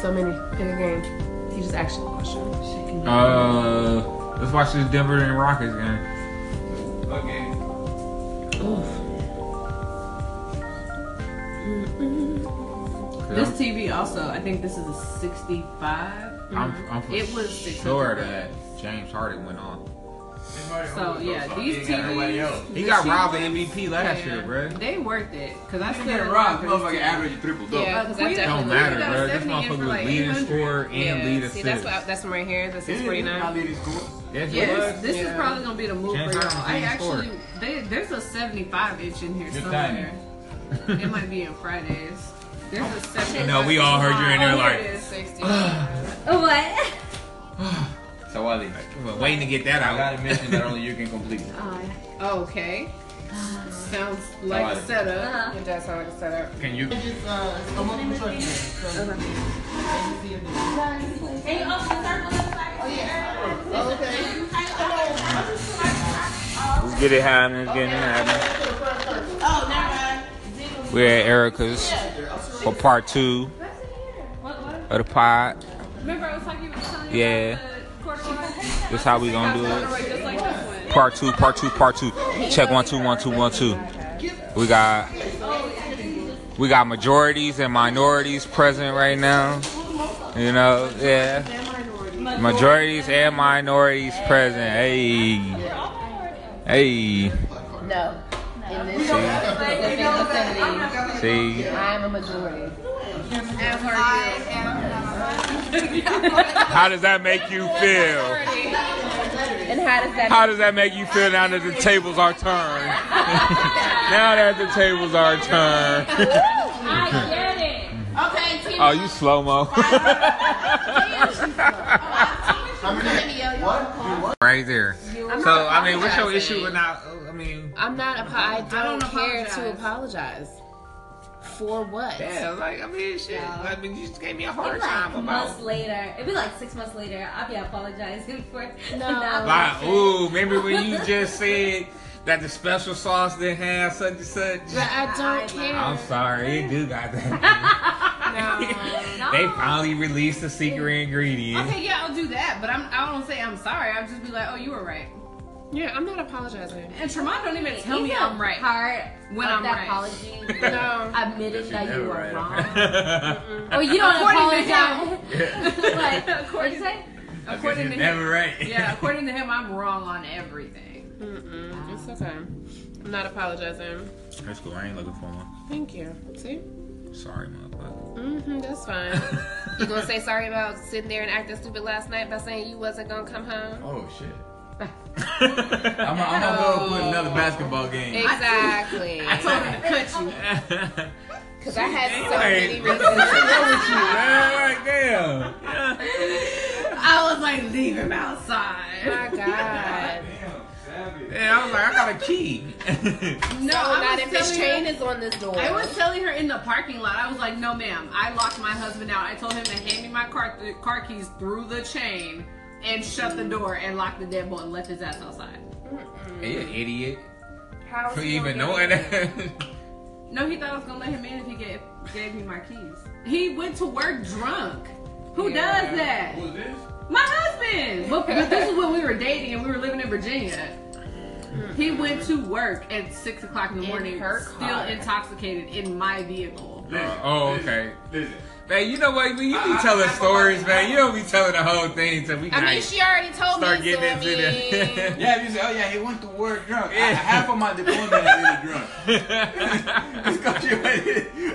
S4: So many. Pick a game. He just asked you a question.
S2: uh, let's watch this Denver and Rockets game.
S5: Okay.
S3: This TV also, I think this is a 65.
S2: I'm, I'm for
S3: Mm-hmm. It was 600
S2: sure that James Harden went on.
S3: So, yeah, these
S5: He ain't got nobody
S3: TVs
S5: else.
S2: He got robbed of MVP last year, bro.
S3: They worth it because I
S5: He
S3: still
S5: get robbed. Motherfucker average triple double.
S4: Yeah, because I
S3: Queen-
S2: Don't
S4: definitely.
S2: matter,
S3: got
S2: bro. This
S3: 70 in for
S2: motherfucker was
S3: like
S2: leading
S3: 800.
S2: scorer and
S4: Yeah,
S2: lead
S4: see,
S2: assist.
S4: that's what I, that's from right here. That's six forty
S5: Not
S4: nine.
S5: leading score.
S2: Yes, it
S3: Yes,
S2: was.
S3: this
S4: Yeah.
S3: is probably gonna be the move
S2: James
S3: for y'all. I
S2: Harden
S3: actually,
S2: scored.
S3: they, there's a 75 inch in here
S5: Good
S3: somewhere. it might be in Fridays. There's a 75.
S2: No, we all heard you in there
S3: Oh,
S2: like,
S3: here it is.
S7: What?
S5: So Ali,
S2: Well, waiting to get that
S5: I
S2: out.
S5: gotta mention that only you can complete.
S3: Okay. Sounds like a
S5: Alright.
S3: setup.
S7: Uh-huh.
S4: It does sound like a setup.
S5: Can you?
S2: Let's get it happening. Let's get it happening. We're at Erica's for part two of the pod.
S3: Remember, I was talking about telling you about
S2: Yeah.
S3: the corduroy?
S2: That's how we gonna do it.
S3: Corduroy just like this one.
S2: Part two, part two, part two. Check one, two, one, two, one, two. We got We got majorities and minorities present right now. You know, yeah. Majorities and minorities present. Hey. Hey.
S4: No. In this femininity,
S2: See?
S4: I am a majority.
S2: How does that make you feel?
S4: And how does that?
S2: How does that make you feel now that the tables are turned? now that the tables are turned.
S7: I get it.
S1: Okay, team.
S2: Oh, you slow mo.
S5: How many? What? You what?
S2: right there. So I mean, what's your issue with not? oh, I mean,
S4: I'm not. Apo- I don't,
S3: don't
S4: care to
S3: apologize.
S4: apologize. For what?
S2: yeah, like I mean, shit. I mean, you just gave me a
S7: It'd be
S2: hard time
S7: like
S2: about.
S7: months later. It'd be like six months later. I'd be apologizing for not
S2: Like, ooh, remember when you just said that the special sauce didn't have such and such?
S4: But I don't care.
S2: I'm sorry, it do got that. they finally released the secret ingredient.
S3: Okay, yeah, I'll do that, but I'm, I don't say I'm sorry. I'll just be like, oh, you were right.
S4: Yeah, I'm not apologizing.
S3: And Tremont don't even tell
S7: He's
S3: me
S7: a
S3: I'm right.
S7: Part
S3: When
S7: of
S3: I'm
S7: that
S3: right.
S7: apology,
S3: No. Oh,
S7: admitting
S5: She
S7: that
S5: never
S7: you were
S5: right.
S7: wrong, or you don't
S3: According to
S7: apologize. like, what you say?
S2: According
S3: According to him,
S2: never right.
S3: yeah, according to him, I'm wrong on everything.
S4: Mm-mm, it's okay. I'm not apologizing.
S2: That's cool. I ain't looking for one.
S4: Thank you. See?
S2: Sorry, motherfucker.
S4: Mm-hmm, that's fine. you gonna say sorry about sitting there and acting stupid last night by saying you wasn't gonna come home?
S5: Oh shit. I'm gonna I'm gonna go put another basketball game.
S4: Exactly. Because I had so many
S2: Anyway, what's
S4: reasons. Oh
S2: wrong with you, man? Like, damn.
S3: I was like, leave him outside.
S4: My God.
S2: Yeah, I was like, I got a key.
S3: No, I
S4: Oh, not
S3: was
S4: if this
S3: telling her-
S4: chain is on this door.
S3: I was telling her in the parking lot. I was like, "No, ma'am. I locked my husband out. I told him to hand me my car th- car keys through the chain and shut the door and lock the deadbolt and left his ass outside."
S2: Hey, you an idiot.
S4: How
S2: For
S4: is he
S2: even
S4: gonna
S2: knowing
S4: get in?
S2: that.
S3: No, he thought I was gonna let him in if he gave gave me my keys. He went to work drunk. Who
S4: Yeah.
S3: does that? My husband. But, but this is when we were dating and we were living in Virginia. He went to work at six o'clock in the
S4: In
S3: morning,
S4: her
S3: still
S4: car.
S3: intoxicated in my vehicle.
S2: Uh, oh, okay.
S5: Listen.
S2: Man, you know what? When you be
S5: I- I-
S2: telling
S5: I-
S2: stories, man, you don't be telling the whole thing till we
S4: I
S2: got
S4: mean, she already told
S2: start
S4: me. so,
S2: getting into
S4: I mean,
S5: Yeah, if you say, oh yeah, he went to work drunk.
S2: Yeah.
S5: I, half of my deployment I did it drunk.
S2: the.
S5: It's 'cause you-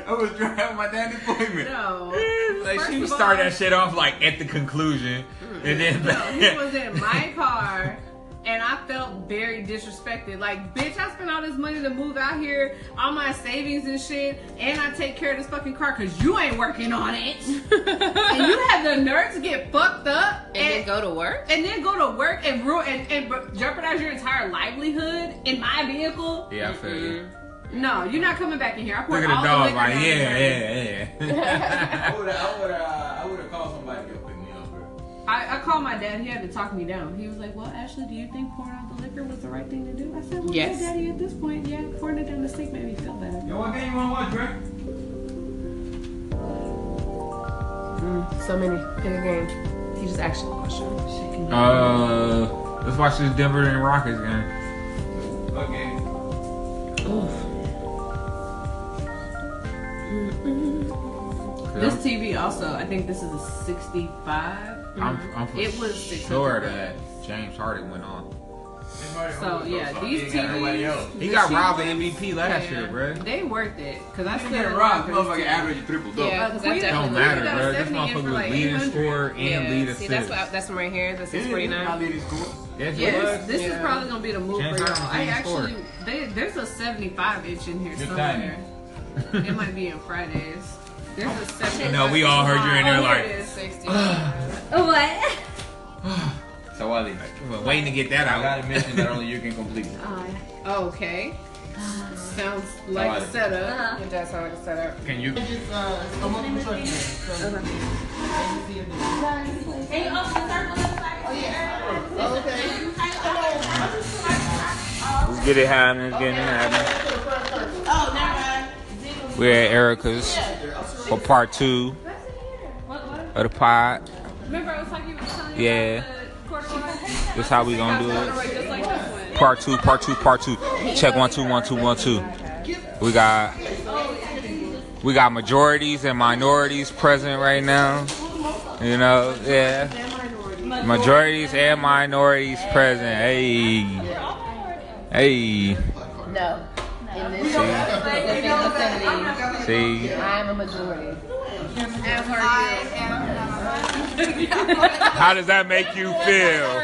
S5: I was drunk at my damn deployment.
S3: No.
S2: like
S3: First
S2: she
S3: of
S2: would start
S3: all-
S2: that shit off like at the conclusion, and then
S3: No, he was in my car. And I felt very disrespected. Like, bitch, I spent all this money to move out here, all my savings and shit, and I take care of this fucking car because you ain't working on it. and you have the nerve to get fucked up and,
S4: and then go to work?
S3: and then go to work and ruin and, and jeopardize your entire livelihood in my vehicle.
S2: yeah, I feel you.
S3: No, you're not coming back in here. I
S2: Look
S3: poured
S2: at
S3: all
S2: the
S3: the
S2: dog,
S3: liquor
S2: like
S3: down the
S2: yeah,
S3: drain.
S2: yeah, yeah.
S5: I would have I would have I would have called somebody to pick me up, bro.
S3: I, I called my dad. He had to talk me down. He was like, "Well, Ashley, do you think pouring out the liquor was the right thing to do?" I said, "Well,
S4: Yes.
S3: yeah, daddy. At this point, yeah, pouring it down the sink made me feel better."
S5: Yo, what game you wanna watch, bro?
S4: So many. Pick a game. He just asked you a question.
S2: uh, let's watch this Denver and Rockets game.
S5: Okay.
S3: This TV also, I think this is a 65.
S2: I'm, I'm for
S3: Mm-hmm. It was 600
S2: sure that James Harden went on.
S3: So, yeah, these
S5: He ain't got nobody
S3: TVs
S5: else.
S2: He got robbed of MVP last year,
S3: Yeah.
S2: bro.
S3: They worth it because I
S5: He
S3: still
S5: get robbed. Motherfucker average triple double.
S4: Yeah, because I
S3: Queen-
S2: Don't
S4: definitely.
S2: matter,
S3: got
S2: bro. This
S3: 70 in for
S2: motherfucker was
S3: like
S2: leading
S3: 800.
S2: scorer and lead
S4: Yeah, see, that's
S2: assist.
S4: what I, that's from right here. That's
S5: He didn't
S4: 649.
S5: not lead his score.
S2: Yes, he
S3: Yes,
S2: was.
S3: this is
S4: Yeah.
S3: probably gonna be the move
S2: James
S3: for y'all.
S2: Harden
S3: I
S2: can't score.
S3: actually, they, there's a 75 inch in here
S5: Good
S3: somewhere. it might be in Fridays. There's a 75.
S2: No, we all heard you in there
S3: Oh,
S2: like-
S3: here it is.
S4: 60.
S7: What?
S5: So Ali,
S2: Well, waiting to get that
S5: I
S2: out.
S5: gotta mention that only you can complete.
S3: Okay. Sounds like a
S5: Alright.
S3: setup.
S4: It does sound like a setup.
S2: Can you?
S8: uh,
S2: oh,
S8: Oh,
S2: Let's get it happening. Let's get it happening. We're at Erica's for part two of the pod.
S3: Remember, I was talking you were telling
S2: Yeah. That's how we gonna do it.
S3: just like this one.
S2: Part two, part two, part two. Check one, two, one, two, one, two. We got We got majorities and minorities present right now. You know, yeah. Majorities and minorities present. Hey. Hey.
S4: No. In this festivities,
S2: See?
S4: I am a majority.
S2: How does that make you feel?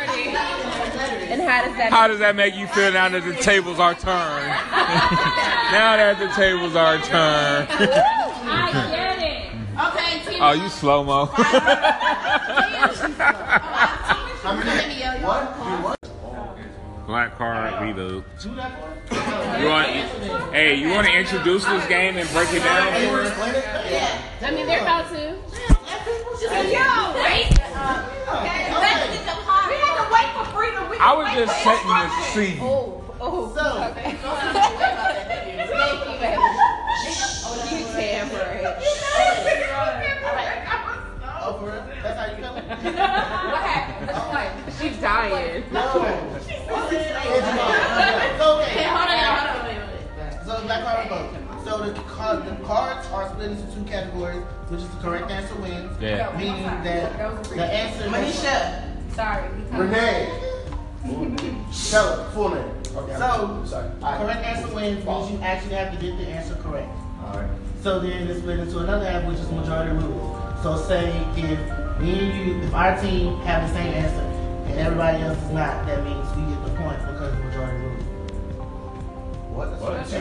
S4: And how does that?
S2: How does that make you feel now that the tables are turned? now that the tables are turned.
S9: I get it.
S10: Okay, team.
S2: Oh, you slow mo.
S10: How many?
S11: What?
S2: Black card reboot. You want, hey, you want to introduce this game and break it down for us?
S4: I mean, they're about to.
S10: We had to wait for freedom. We
S2: I was just setting the scene.
S4: Oh, oh. Thank you, baby. You tamper. What happened? She's dying.
S10: Okay, hold on, y'all, hold on, wait, wait, wait.
S12: So black card vote. So the, card, the cards are split into two categories, which is the correct answer wins,
S2: Yeah.
S12: meaning that the answer.
S10: Manisha. Sorry. we come-
S12: Renee. Shella, full name. So, correct answer wins means you actually have to get the answer correct. So then it's split into another half, which is majority rules. So say if me and you, if our team have the same answer and everybody else is not, that means we get the point because of majority rules.
S8: That's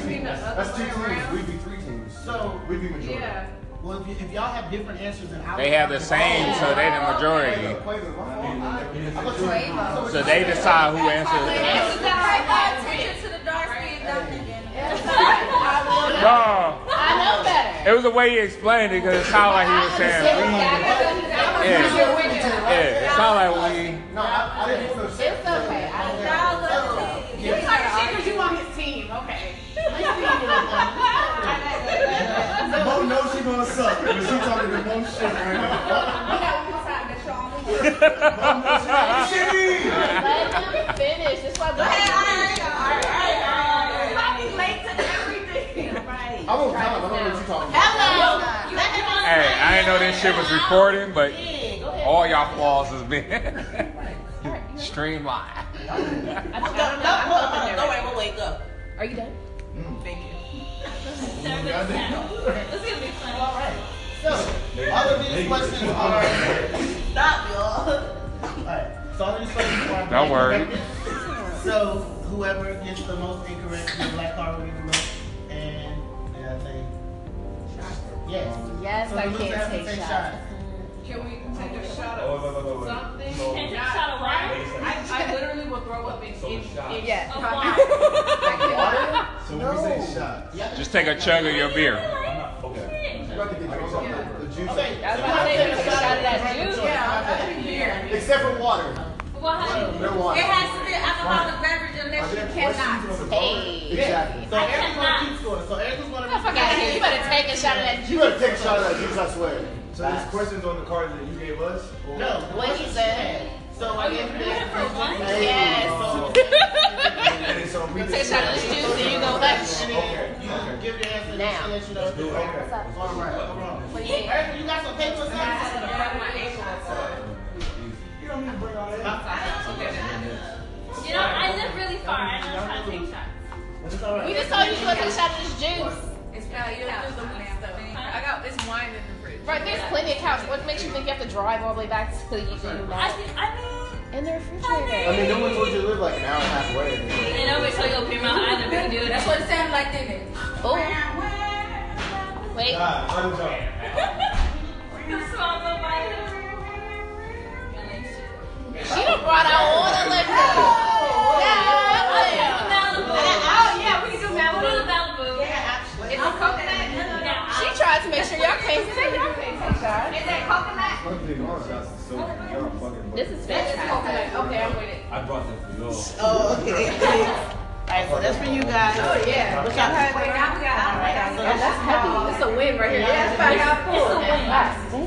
S8: two teams. We'd be three teams.
S12: So,
S8: We'd be majority.
S12: well, if, y- if y'all have different answers than ours,
S2: They have the same, so they the majority.
S8: Play the line.
S2: So they decide who answers. No,
S4: I know better.
S2: it was the way he explained it because it sounded like he was saying we. Yeah, yeah, it sounded like we.
S8: No, I, I didn't want to say.
S4: It's okay. I know.
S10: You talking shit because you on his team, okay?
S8: Mo knows she gonna suck, but she talking the most shit right now. Mo knows she gonna shitty.
S4: Let them finish. That's why black
S8: I won't count. I don't know what you talking about.
S2: Hey, I didn't know this shit was recording, but all y'all flaws has been streamlined.
S4: Are you done?
S12: So, all of these questions are. Alright, so all of these questions are.
S2: Don't worry.
S12: corrected. So, whoever gets the most incorrect, the black card will get the most. And, yeah, I think. Yes.
S4: Yes,
S12: So
S4: I
S12: the loser
S4: can't
S12: has to
S4: take shots.
S3: Can we take a shot
S8: Oh,
S3: of
S8: no, no, no, no.
S3: something?
S8: No.
S3: Not- I, I literally will throw up in, in, in
S4: Yes.
S8: So when we say shot,
S2: Just take a chug of your beer.
S8: okay. You got to get drunk off the- the juice.
S12: Okay, so
S4: That's
S12: you
S4: why I
S12: have to
S4: say
S12: take
S4: we
S12: a
S4: should
S12: shot
S4: shot
S12: of
S4: it
S12: that
S4: at
S12: drink.
S4: you.
S8: Except for water. No water.
S10: It has to be an alcoholic beverage unless you cannot.
S4: Hey.
S8: Exactly.
S12: So Eric's gonna keep score. So Eric's gonna be.
S4: Fuck outta here. You better take a shot of that juice.
S8: You better take a shot of that juice, I swear. So there's questions on the card that you gave us? Or
S12: No, the
S4: What he
S12: questions
S4: said.
S12: she had. So I gave
S8: Hey,
S4: Yes.
S8: uh, and so we
S4: Take a shot of this juice and you go left.
S8: Okay.
S12: you give the answer
S4: Now.
S12: and she let you know.
S8: Okay.
S12: All right, all right. Erica, you got some paper or something?
S8: Uh, You don't need to bring all that.
S9: You know, I live really far. I know how to take shots.
S12: It's all right.
S4: We just told you you to take a shot of this juice.
S3: It's not you don't do the weak stuff. I got it's wine in the fridge.
S4: Right, there's plenty of couch. What makes you think you have to drive all the way back to
S9: I,
S4: the United?
S9: think- I
S4: In the refrigerator.
S8: I mean, no one told you to live like an hour and a half away.
S9: mean, and always tell you open your mouth. I never do
S10: That's
S9: that.
S10: what it sounded like, didn't it?
S4: Oh, wait.
S8: Ah, I'm drunk.
S4: She done brought out all the liquor. Yeah,
S10: Oh, yeah, we can do Malibu. Is it coconut?
S9: Yeah,
S4: She tried to make sure y'all can't see. Y'all can't see, guys.
S10: Is that coconut?
S8: One thing, all shots is so y'all fucking.
S4: This is fantastic.
S10: Okay, okay, I'm with it.
S13: I brought that for y'all.
S12: Oh, okay. Alright, so that's for you guys. Oh, yeah. But y'all heard
S10: Wait, now we got.
S4: Oh, that's heavy. It's a win right here.
S10: Yeah, it's about
S4: It's a
S10: full.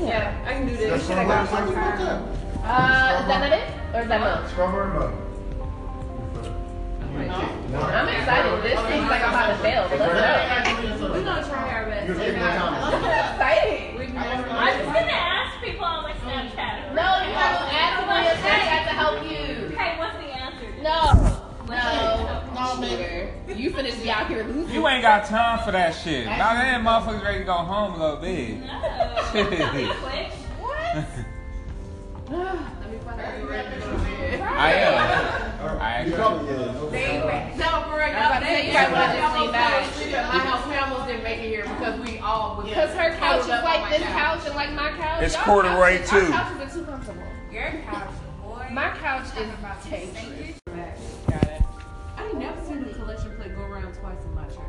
S4: win. Damn.
S3: I can do this.
S8: That's from her, fuck up.
S4: Uh, is that not it? Or is that much?
S8: It's from her, mother.
S4: I'm excited. This seems like I'm about to fail. but let's go.
S7: We're gonna try our best.
S8: You're taking my comments.
S4: Exciting. No, you
S12: I'm just gonna ask people on like Snapchat.
S4: have to ask someone if they have to help you.
S12: Hey, what's the answer?
S4: No. No. No, nigga. You finish be out here losing.
S2: You ain't got time for that shit. Now that motherfuckers ready to go home a little bit.
S12: No. Be quick.
S2: I am. I
S8: You
S2: am.
S8: probably, yeah, no
S3: No,
S8: problem.
S3: for real.
S4: I'm about
S3: y'all,
S4: to tell
S3: they
S4: you
S3: you
S4: guys
S3: guys
S4: what I just seen back.
S3: My house, my almost didn't make it here because we all was.
S4: Because her couch is like this couch and like my couch.
S14: It's
S4: Y'all
S14: corduroy,
S4: couches-
S14: too.
S4: Our couches are too comfortable.
S12: Your couch, boy.
S4: My couch is tasty.
S3: I never seen the collection plate go around twice in my church.
S12: And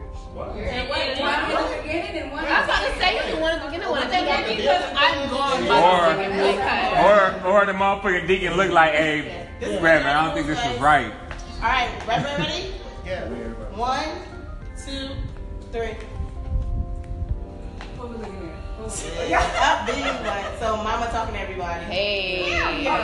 S12: what-
S3: One
S12: what-
S3: was beginning and one
S4: I was about to say you didn't want to go get one. I think that'd be good.
S3: I'm gone
S14: Or-
S3: by the second week.
S14: Or, or the motherfucking deacon look like, hey, Reverend, I don't think this is right.
S12: All right, ready, ready?
S8: Yeah, we everybody.
S12: One, two, three. Up being one. So mama talking to everybody.
S4: Hey.
S12: So y'all-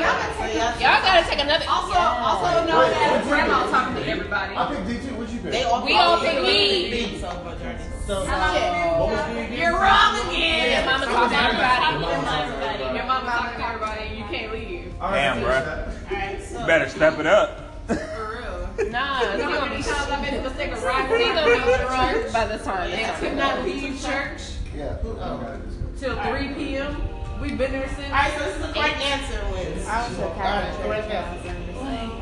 S4: Y'all gotta take another.
S3: Also, also know
S8: Wait,
S3: that
S8: what'd you
S3: grandma
S8: pick?
S3: talking to everybody.
S8: I picked D2. What you pick?
S12: They all
S4: We all
S12: probably
S4: think
S12: agree.
S4: we-
S12: So, but Jordan.
S8: So,
S12: Shit.
S8: what was the again?
S3: You're wrong again.
S4: Yeah, mama talked to everybody.
S3: Your mama talking to everybody and you can't leave.
S8: All right,
S14: Damn,
S8: finish
S14: bruh.
S8: that.
S12: Alright, so.
S14: Better step it up.
S3: For real.
S4: Nah,
S3: You
S4: it's
S3: know how
S4: gonna
S3: many
S4: be
S3: times I've been in the mistake of riding
S4: We gonna
S3: the
S4: be drunk by the time.
S3: I
S4: it's
S3: could
S4: over.
S3: not leave church
S8: Yeah. who- oh, God, this is-
S3: till 3 p.m. We've been there since.
S12: Alright, so this is the correct answer wins.
S8: All right, correct answer.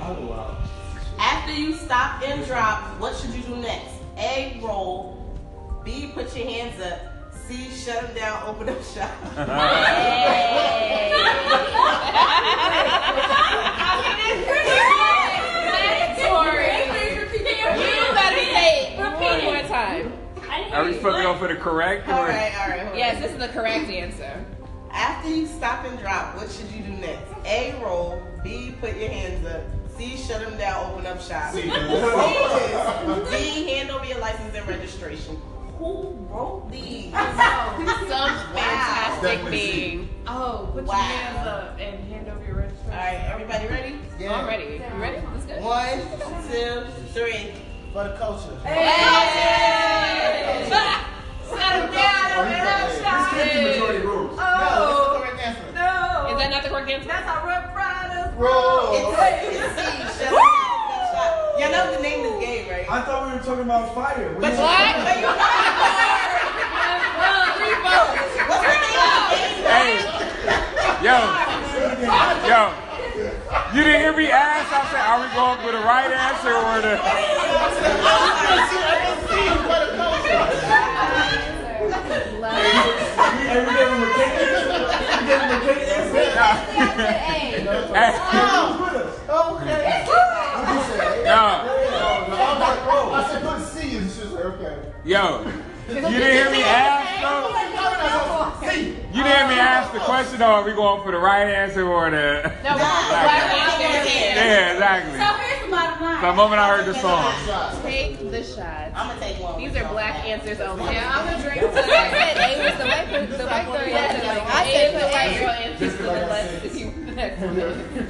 S8: Oh, wow.
S12: After you stop and drop, what should you do next? A, roll. B, put your hands up. C, shut them down, open up shop.
S4: You better say it one more time.
S14: Are we supposed to go for the correct
S12: All
S14: or?
S12: right, all right. hold on.
S4: Yes, this is the correct answer.
S12: After you stop and drop, what should you do next? A, roll. B, put your hands up. C, shut them down, open up shop. D, hand over your license and registration. Who wrote these?
S4: Some fantastic being.
S3: Oh, put
S12: Wow.
S3: your hands up and hand over your registration.
S12: All right, everybody ready?
S8: Yeah.
S4: I'm ready. You ready? Let's go.
S12: One, two, three.
S8: For the culture.
S4: Hey!
S3: Settle down.
S8: Oh, he's like, hey, this kid's the majority rules.
S3: Oh.
S8: No, that's the correct answer.
S3: No.
S4: Is that not the correct answer?
S3: That's our Rough Riders.
S8: Roll.
S12: It's, it's C, shut them down. Y'all know the name of the game, right?
S8: I thought we were talking about fire.
S4: What?
S8: What?
S12: But you What's the name of the game?
S14: Hey, yo, yo, you didn't hear me ask. I said, are we going for the right answer or the?
S8: And we gave him a great answer. We gave him a great answer.
S14: Hey,
S8: Okay. What you say?
S14: yo,
S8: I'm like, roll. I said, put C and she's like, okay.
S14: yo, you didn't hear me ask though. You didn't hear me ask the question though. Are we going for the right answer or the?
S4: No, we're on the right answer.
S14: Yeah, exactly.
S12: here's the bottom line.
S14: The moment I heard the song.
S4: Take the shots.
S12: I'm gonna take one.
S4: These are black answers only.
S3: Yeah, I'm gonna drink.
S4: So I said A was the white the white girl answer. Like, I said the white girl answer was the less if you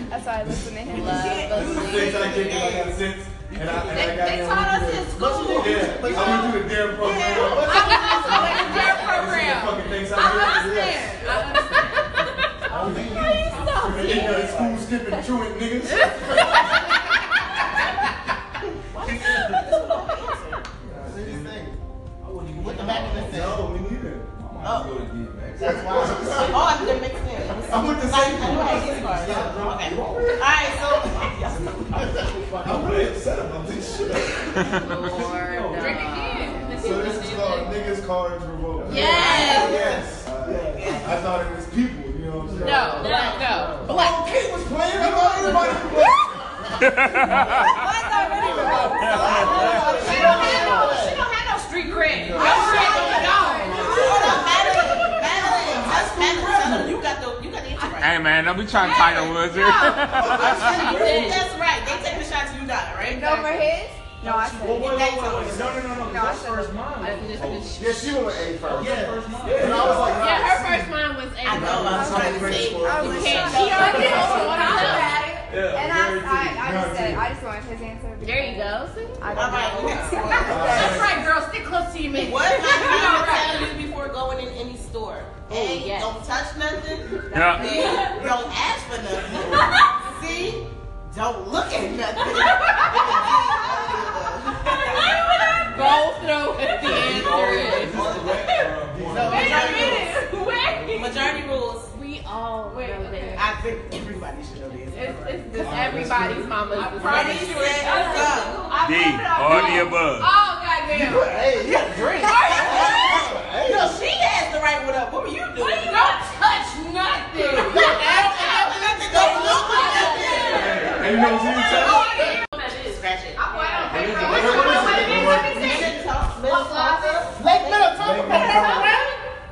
S4: That's why I listen to him.
S8: This is the things I did when I got six. And I, and I got
S12: They
S8: down
S12: taught
S8: with
S12: us
S8: it.
S12: in school.
S8: Yeah, but I'm gonna do the damn program.
S3: program.
S8: Fucking things I did. Yes. Oh, they- They got in school skipping chewing niggas.
S12: With the back of the thing.
S8: No, me neither.
S12: Oh, I did mix in.
S8: I'm with the
S12: I, I
S8: same
S12: know how these cards. Okay. All right, so.
S8: I'm really upset about this shit. So this is called niggas cards revoked.
S4: Yes.
S8: Yes. I I thought it was people, you know what I'm saying?
S4: No, no.
S8: Black Kate was playing. I thought everybody was playing.
S12: She don't have no. She don't have no street cred. Your shit is gone. Hold on, Madeline. Madeline, that's Madeline. Tell them you got the you got the answer right.
S14: Hey man, don't be trying to title woods here.
S12: That's right. They taking the shots. You got it right.
S6: Go for his? No, I said.
S8: Well, wait,
S12: That's
S8: wait, wait, wait. No, no, no, no. 'cause That's first mine. Yeah, she went with A first. Yeah, first mine. And I was like, nah,
S4: Yeah, her first mine was A.
S12: I know. I'm trying to say.
S6: I was
S12: You can't
S6: shocked.
S12: go.
S6: I thought about it.
S8: Yeah,
S6: And
S8: very
S6: I, I, I
S10: I just said, I just wanted his answer.
S15: There you go. See?
S10: I
S12: All
S10: don't
S12: right.
S10: know.
S12: next one.
S10: That's
S12: right, girl. Stick close to your man. What am I trying to tell you before going in any store? A, don't touch nothing.
S2: Yeah.
S12: B, don't ask for nothing. C, don't look at nothing.
S4: Go throw what the answer is.
S12: Wait a minute. Wait. Majority rules.
S4: We all know that.
S12: I think everybody should know this.
S4: It's, it's just everybody's mama's. I
S12: promise you it's us.
S2: D, all the above.
S4: Oh, goddamn.
S12: Hey, you got a drink. No, she has the right one up. What were you doing?
S4: Don't touch nothing.
S12: Don't have nothing. Don't look at nothing.
S2: And you know what she said?
S12: Scratch it.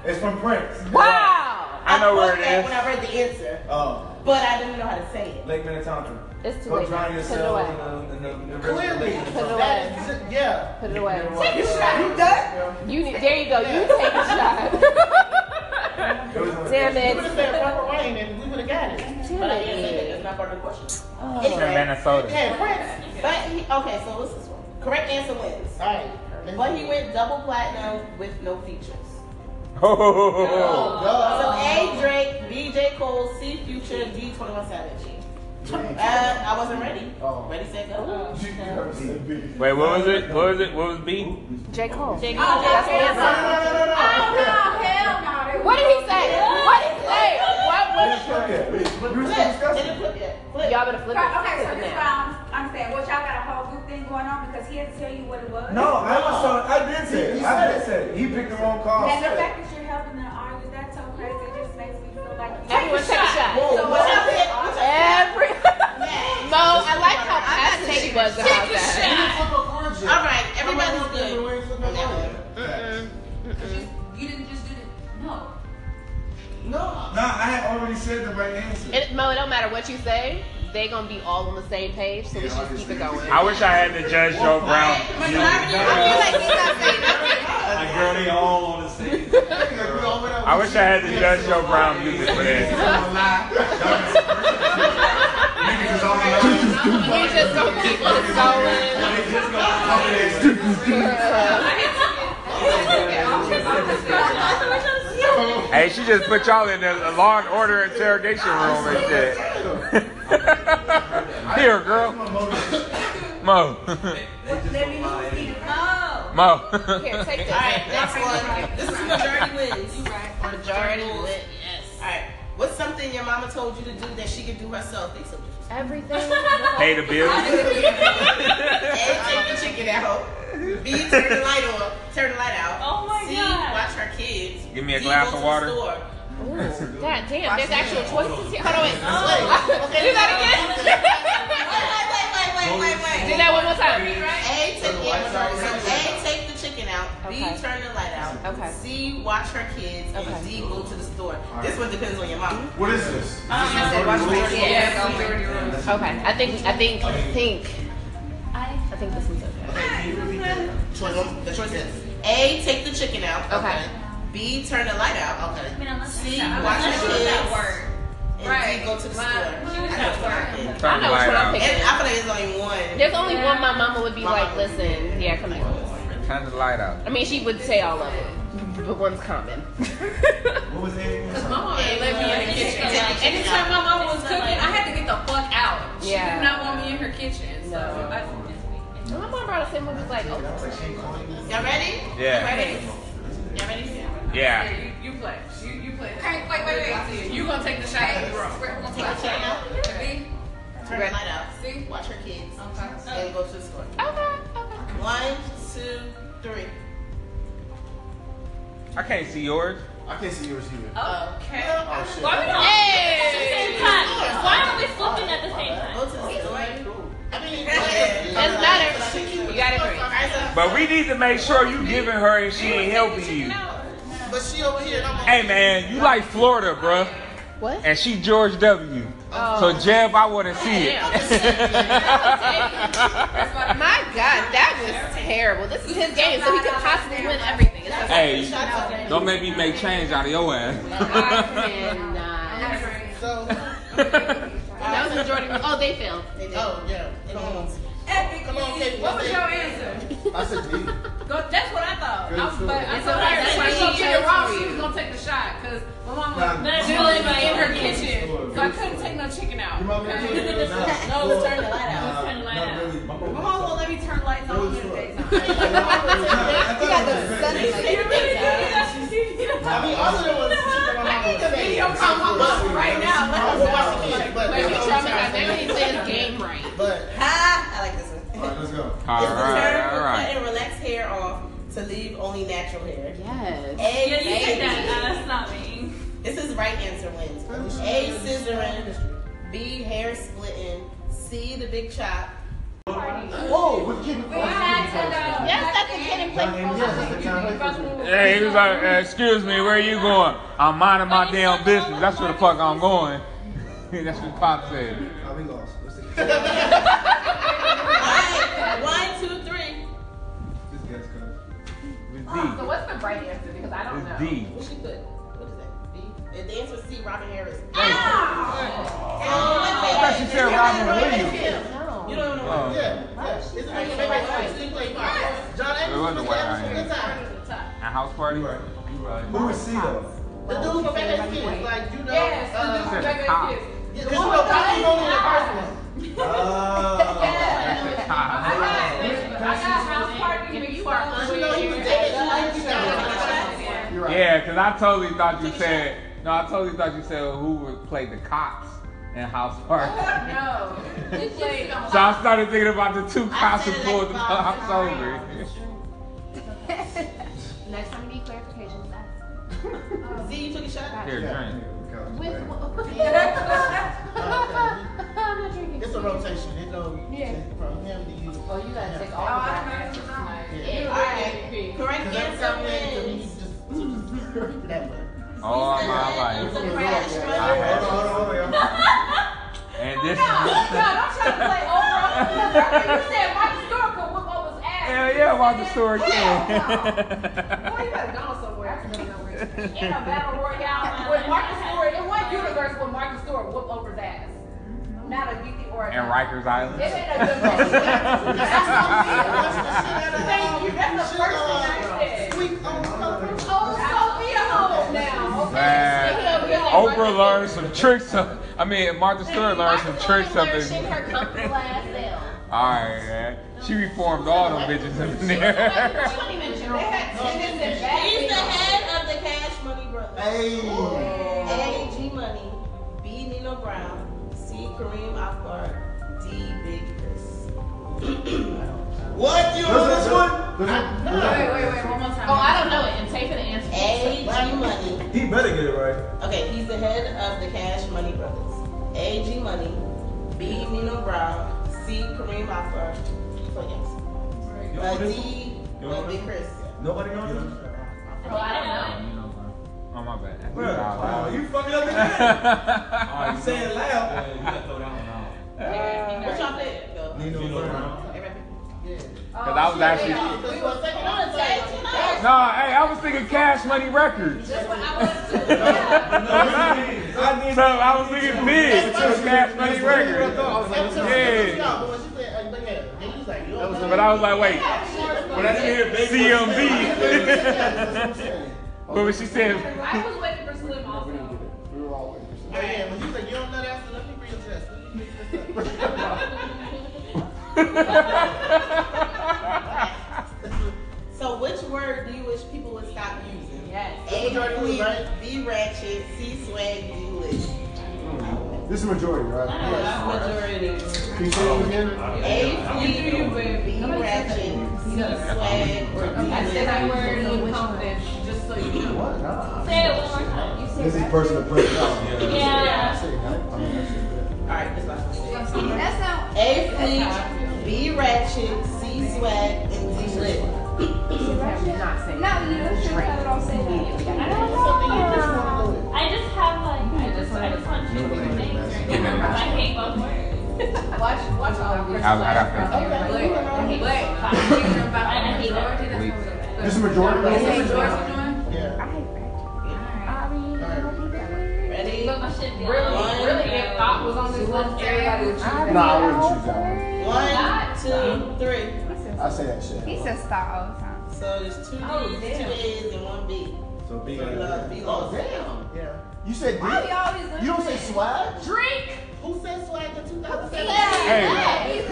S8: It's from Prince.
S12: Wow.
S8: I know where it
S12: that
S8: is.
S12: When I read the answer,
S8: Oh,
S12: but I didn't know how to say it.
S8: Lake Minnetonka.
S12: It's too
S8: Go
S12: late.
S8: drown
S12: Put it
S8: yourself
S12: away.
S8: in the- in the- in the river.
S12: Clearly. Put it away.
S8: Yeah.
S4: Put it away.
S12: Take a shot. You done?
S4: You need, there you go. You take a shot. Damn
S12: You would have said Robert Wayne and we would have got it. But I didn't say that. That's not part of the question.
S2: It's from Minnesota.
S12: Yeah, Prince. But he, okay, so what's this one? Correct answer wins. All right. But he went double platinum with no features.
S2: Oh,
S12: So A Drake, B J Cole, C Future, D Twenty One Savage. Uh, I wasn't ready. Ready set go.
S2: Wait, what was it? What was it? What was B?
S4: J. Cole.
S12: J.
S4: J.
S12: Cole.
S4: Cole.
S12: That's the answer.
S4: Oh, no. Hell no. What did he say? What did he say? What was Y'all better flip it.
S10: Okay, so
S4: Flip it
S10: this is
S4: now.
S10: what I'm, I'm saying. What y'all got a whole group thing going on because he had to tell you what it was.
S8: No, I was so I did say it. I did say it. He picked the wrong call.
S10: And the fact that you're helping them argue, that's so crazy. It just makes me feel like you.
S4: Everyone take a shot.
S10: Whoa,
S4: So
S10: what?
S4: what I said- Every Mo, I like how passionate she was about
S12: Take a
S4: that.
S12: shot. All right, everybody's good.
S10: You didn't just do the No.
S12: No.
S8: Nah, I had already said the right answer.
S4: It, Mo, it don't matter what you say, they gonna be all on the same page, so we should just keep it going.
S2: I wish I had the Judge Joe Brown.
S8: Like, girl, they all on the same.
S2: I wish I had the Judge Joe Brown music for that.
S4: We just gonna keep it going.
S2: Hey, she just put y'all in a a law and order interrogation room and shit. Here, girl. Mo. Mo.
S4: Here, take this.
S12: All right, next one. This is majority wins. You right. Majority wins. Yes. All right. What's something your mama told you to do that she could do herself? They so
S4: Everything.
S2: Pay the bills.
S12: A, take the chicken out. B, turn the light on. Turn the light out. Oh my C, God. watch her kids.
S2: Give me a
S12: D,
S2: glass
S12: go
S2: of
S12: to the
S2: water.
S12: store.
S4: God damn, there's actual choices here. Hold on, wait.
S12: Okay,
S4: Do that again.
S12: Wait, wait, wait.
S4: Do that one more time.
S12: A, take, yeah, majority. So A, take the chicken out. B,
S4: Okay.
S12: turn the light out.
S4: Okay.
S12: C, watch her kids. And D, go to the store. This one depends on your mama.
S8: What is this?
S12: I said watch my kids.
S4: Okay, I think, I think, I think, I think this one's okay.
S12: Choice one- The choice is A, take the chicken out.
S4: Okay.
S12: B, turn the light out. Okay. C,
S10: I'm
S12: watch
S10: not
S12: her
S10: sure
S12: kids.
S10: that word.
S12: And
S10: Right.
S12: D, go to the store.
S10: Wow.
S12: I know it's not good.
S2: Turn the light
S4: know which one I'm
S2: out.
S4: picking.
S12: And I feel like there's only one.
S4: There's only one my mama would be like, listen, yeah, come on.
S2: Turn the light out.
S4: I mean, she would say all of it, but one's common.
S8: What was it?
S3: My mom ain't let me in the kitchen. Anytime my mama was cooking, I had to get the fuck out. She
S4: Yeah.
S3: did not want me in her kitchen. So I,
S4: My mom brought us in when we was like, oh,
S12: Y'all ready?
S2: Yeah.
S12: Y'all ready? Y'all ready?
S2: Yeah.
S3: yeah, you, you play. You, you play.
S10: Okay, wait, wait, wait.
S3: I see it. You gonna take the shot?
S10: We're gonna
S12: Take the chicken out. Turn the light out.
S3: See?
S12: Watch her kids.
S3: Okay.
S12: And go to the store.
S10: Oh,
S4: okay, okay.
S12: One, two, three.
S2: I can't see yours.
S8: I can't see yours either.
S12: Okay.
S8: Oh shit.
S10: Why we not
S4: Hey!
S10: Why are we flipping at the same
S12: Go to the store. I mean,
S4: Doesn't matter. You got it right.
S2: But we need to make sure you giving her and she ain't helping you.
S12: But she over here. and I'm over
S2: Hey man, you like Florida, bruh.
S4: What?
S2: And she George W. So Jeb, I wanna see it.
S4: My God, that was terrible. This is his game, so he could possibly win everything. It's like,
S2: Hey, don't make me make change out of your ass.
S4: I cannot.
S12: So,
S4: That was a majority. Oh, they failed.
S12: They did. Oh, yeah. Come on.
S10: Epic.
S12: Come on, Katie.
S10: What was your answer?
S8: I said D.
S10: Go, that's what I thought.
S8: Good
S10: I,
S8: choice.
S10: but I
S8: It's
S10: told her
S8: okay,
S10: that's
S8: that's
S10: why
S8: why
S10: she
S8: she
S10: did it
S8: chose
S10: wrong. She
S8: for you.
S10: was gonna take the shot because my mom
S8: Nah.
S10: was
S8: Nah.
S10: chilling
S8: Nah.
S10: in her
S8: Nah.
S10: kitchen,
S8: Nah.
S10: so I couldn't take no chicken out.
S8: Your mom gonna
S10: okay?
S8: do it? Nah.
S10: No, let's turn the light out.
S8: Nah,
S10: Let's turn the light
S8: not
S10: out.
S8: really. My mom-
S10: My mom won't let me turn lights on in the daytime.
S12: I mean, other than what
S10: I need to video call my mom right now. Let her
S12: I'm
S10: watch
S12: watching kids, but
S4: Wait, you tell me that they don't even play
S12: this
S4: this game right.
S12: But I like this one.
S8: All right, let's go.
S2: All
S12: It's the term
S2: right, all
S12: for
S2: right.
S12: cutting relaxed hair off to leave only natural hair.
S4: Yes.
S12: A,
S10: Yeah, you said that. Uh, that's not me.
S12: This is right answer wins. A, scissoring. B, hair splitting. C, the big chop.
S8: Whoa, we're getting.
S12: Yes, that's a kid in
S2: Hey, he was like, uh, excuse me, where you going? I'm minding my damn business. That's where the fuck I'm going. That's what Pop said.
S8: Oh, we lost. Let's see.
S12: One, two, three.
S8: Just guess,
S12: So what's the right answer? Because I
S2: don't It's know. D.
S12: What she put? What is that? B. And the answer is C. Robin Harris. Ah!
S2: I thought she said Robin Williams.
S12: You don't know.
S2: Oh.
S12: Yeah. yeah. It's a big white house. You play pop. John
S2: It was
S12: Adams
S2: the
S12: was
S2: White
S12: the
S2: House.
S12: time.
S2: At house party? You right.
S8: Who is C though?
S12: The dude from Back Kids, like you know.
S10: Yes, the dude from
S12: uh,
S2: Said
S10: Back
S2: the cop.
S12: yeah, 'cause you know Pop was only the first one.
S8: Oh.
S2: That's the cop. Yeah, because I totally thought you said, no, I totally thought you said who would play the cops in house party. So I started thinking about the two cops who pulled the cops over.
S4: Next time we need clarifications. ask.
S12: Z, you took a shot?
S2: Here,
S8: Yeah.
S2: drink.
S4: With
S12: I'm not drinking. It's a rotation. It goes from him to you. Oh, you gotta take all Yeah. All right. Correct answer is. That way.
S2: All my life. I
S8: Hold
S2: have-
S8: on, hold on, hold on.
S2: And this Hell yeah, Walter Stewart can.
S10: Boy, you better go somewhere. In a battle royale
S4: uh,
S10: with Marcus Stewart. In what universe would Marcus Stewart whoop over his ass? Not a Yuki or a.
S2: and Rikers Island.
S10: It ain't a good match. Thank you. That's the first thing I said. Oh, Sophia home now. Okay.
S2: Man, Oprah learned some tricks. Of, I mean, Martha Stewart learned some tricks of this.
S4: Flourishing her comfortable ass self.
S2: All right, man. She reformed all them bitches in there.
S12: She wasn't even drunk. He's the head of the Cash Money Brothers. A. G. Money. B. Nino Brown. C. Kareem Akbar. D. Big Chris.
S8: What you know this one?
S10: Wait, wait, wait. One more time.
S4: Oh, I don't know it. And take for the answer.
S12: A. G. Money.
S8: He better get it right.
S12: Okay, he's the head of the Cash Money Brothers. A. G. Money. B. Nino Brown. C. Kareem Akbar. So yes.
S8: You
S12: Uh,
S8: know this one?
S12: D.
S8: You know
S12: uh, Big
S8: this one?
S12: Chris.
S8: Nobody knows this. one?
S4: Oh, I don't know.
S2: Oh my bad. Oh,
S8: Bro, wow, you fucking up the game.
S2: Wow,
S8: You saying it loud.
S12: What y'all played though?
S8: Nino Brown.
S12: Everybody-
S2: Cause I was actually no.
S12: We were second on the tag tonight.
S2: Hey, I was thinking Cash Money Records.
S12: That's what I was doing.
S8: I need
S2: So I was thinking big. Cash Money Records. Yeah.
S12: uh,
S2: But I was like, wait. When I didn't hear CMB. but when she said,
S10: I was waiting for Slim also.
S8: We were all waiting for
S12: Man, when you say you don't know that, so let me read your test. Let me read this up. So which word do you wish people would stop using?
S10: Yes.
S12: A bleep, B ratchet, C swag, D lit.
S8: something. This is majority, right?
S12: Majority.
S8: Can you say it again?
S12: A bleep, B ratchet, C swag, or D
S10: I said that
S12: lit.
S10: word with confidence, just so you know.
S8: What? Nah.
S7: Say it one more time. You
S8: This is personal personality.
S7: Yeah.
S12: All right, this last one.
S6: That's not.
S12: A bleep, B ratchet, C swag, and D lit.
S6: No, you don't should have it all said immediately.
S7: I
S12: Something you just want to know.
S7: I just have like, I just, I just want two different things. right now, 'cause I hate both words.
S10: Watch, watch all of this.
S2: I, I got
S10: But, but,
S7: I hate both words.
S8: This is majority, right?
S12: Yeah.
S7: I hate both words.
S12: Ready?
S7: But my shit be
S10: Really,
S7: like-
S10: really in thought was on this list, everybody would choose that.
S8: Nah, I wouldn't choose that one.
S12: One, two, three.
S8: I say that shit.
S6: He says stop all the time.
S12: So there's two D's, two A's, and one B.
S8: So big.
S12: So love, be
S8: Oh
S12: lost.
S8: damn. Yeah. You said dick?
S10: Why we always
S8: You don't
S10: listen?
S8: say swag?
S10: Drink.
S12: Who said swag in 2007?
S2: Hey,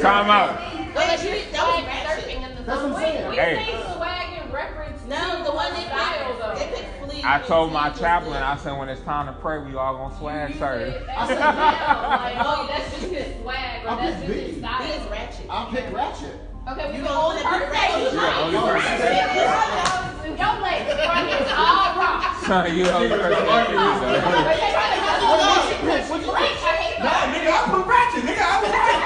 S2: time out.
S12: Wait, you didn't- that was
S10: Swag
S12: ratchet.
S10: surfing in the
S12: That's what I'm
S10: sun.
S12: saying.
S10: We
S2: Hey.
S10: say swag in reference to
S12: No, the one they
S10: style, though.
S12: picked, they picked flea.
S2: I told my chaplain, I said, when it's time to pray, we all gonna swag serve.
S10: That's just him. Like, oh, that's just his swag, or
S8: I'm
S10: that's
S8: just
S10: just his
S8: big.
S12: He
S10: style.
S12: is ratchet.
S8: I'll pick ratchet.
S10: Okay, we
S12: You
S10: can
S12: know,
S10: only
S12: only
S10: her
S12: pick
S10: face.
S12: ratchet.
S10: Y'all
S8: only ratchet.
S10: legs are just all wrong.
S2: Son, you only person.
S10: They trying to
S8: What
S10: go
S8: ratchet pick?
S10: Drink,
S8: What you pick?
S10: I hate
S8: Nah, nigga, I put ratchet. Nigga, I put ratchet.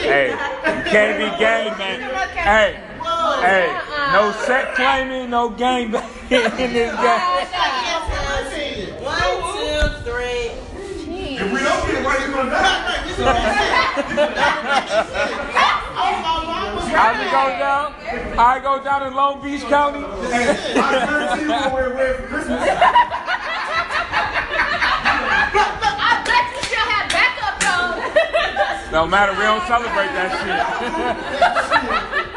S10: that.
S2: Hey, you can't be gang bang. Hey, hey, no set claiming, no gang banging in this game.
S12: One, two, three.
S8: If we don't get it right, you're gonna die. This is what I'm
S2: I just go down. I go down in Long Beach County.
S8: saying. I guarantee you gonna wear red for Christmas.
S10: I bet you still have backup though.
S2: No matter, we don't celebrate that shit.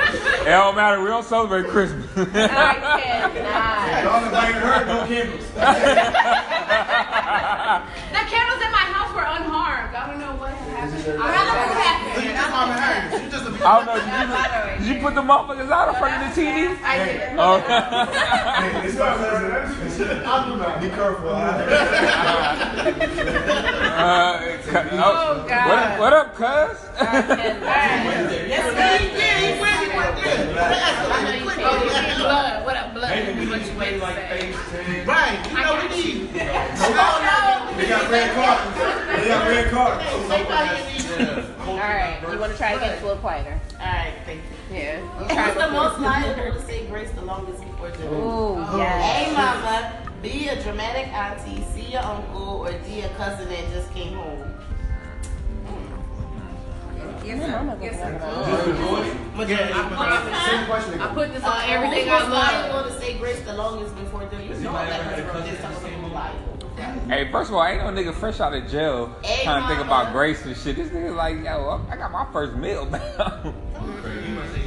S2: It don't matter, we don't celebrate Christmas.
S10: I cannot.
S8: Y'all invited her, no candles.
S10: The candles in my house were unharmed. I don't know what happened. I don't know what happened.
S8: You just a
S2: I don't know. Did you, did you put the motherfuckers out in front of the TV?
S10: I did it.
S2: Oh.
S8: Hey, it's not fair. Be careful. huh?
S2: Uh, cu- oh,
S10: Oh,
S2: what up,
S10: God.
S2: what up, cuz?
S12: Yes, he did. He went, he went, he went.
S10: I know you can't. Blood. What up, blood? What you waiting to say?
S12: Right, you know we need. you.
S8: They got red cards. They got red cards.
S7: All right, you want to try to get a little quieter?
S12: Alright, thank you.
S7: Yeah.
S12: Who's the most liable to say grace the longest before judgment?
S7: Ooh,
S12: A mama, B a dramatic auntie, C a uncle, or D a cousin that just came home.
S8: Same question
S10: I
S8: again.
S10: put this
S12: Uh,
S10: on everything
S12: who's
S10: I
S12: most
S10: love.
S12: liable to say grace the longest before judgment? You know that that's wrong. Just talk about who's liable.
S2: Hey, first of all, ain't no nigga fresh out of jail
S12: Hey,
S2: trying to think
S12: mama.
S2: about grace and shit. This nigga like, yo, I got my first meal now.
S12: A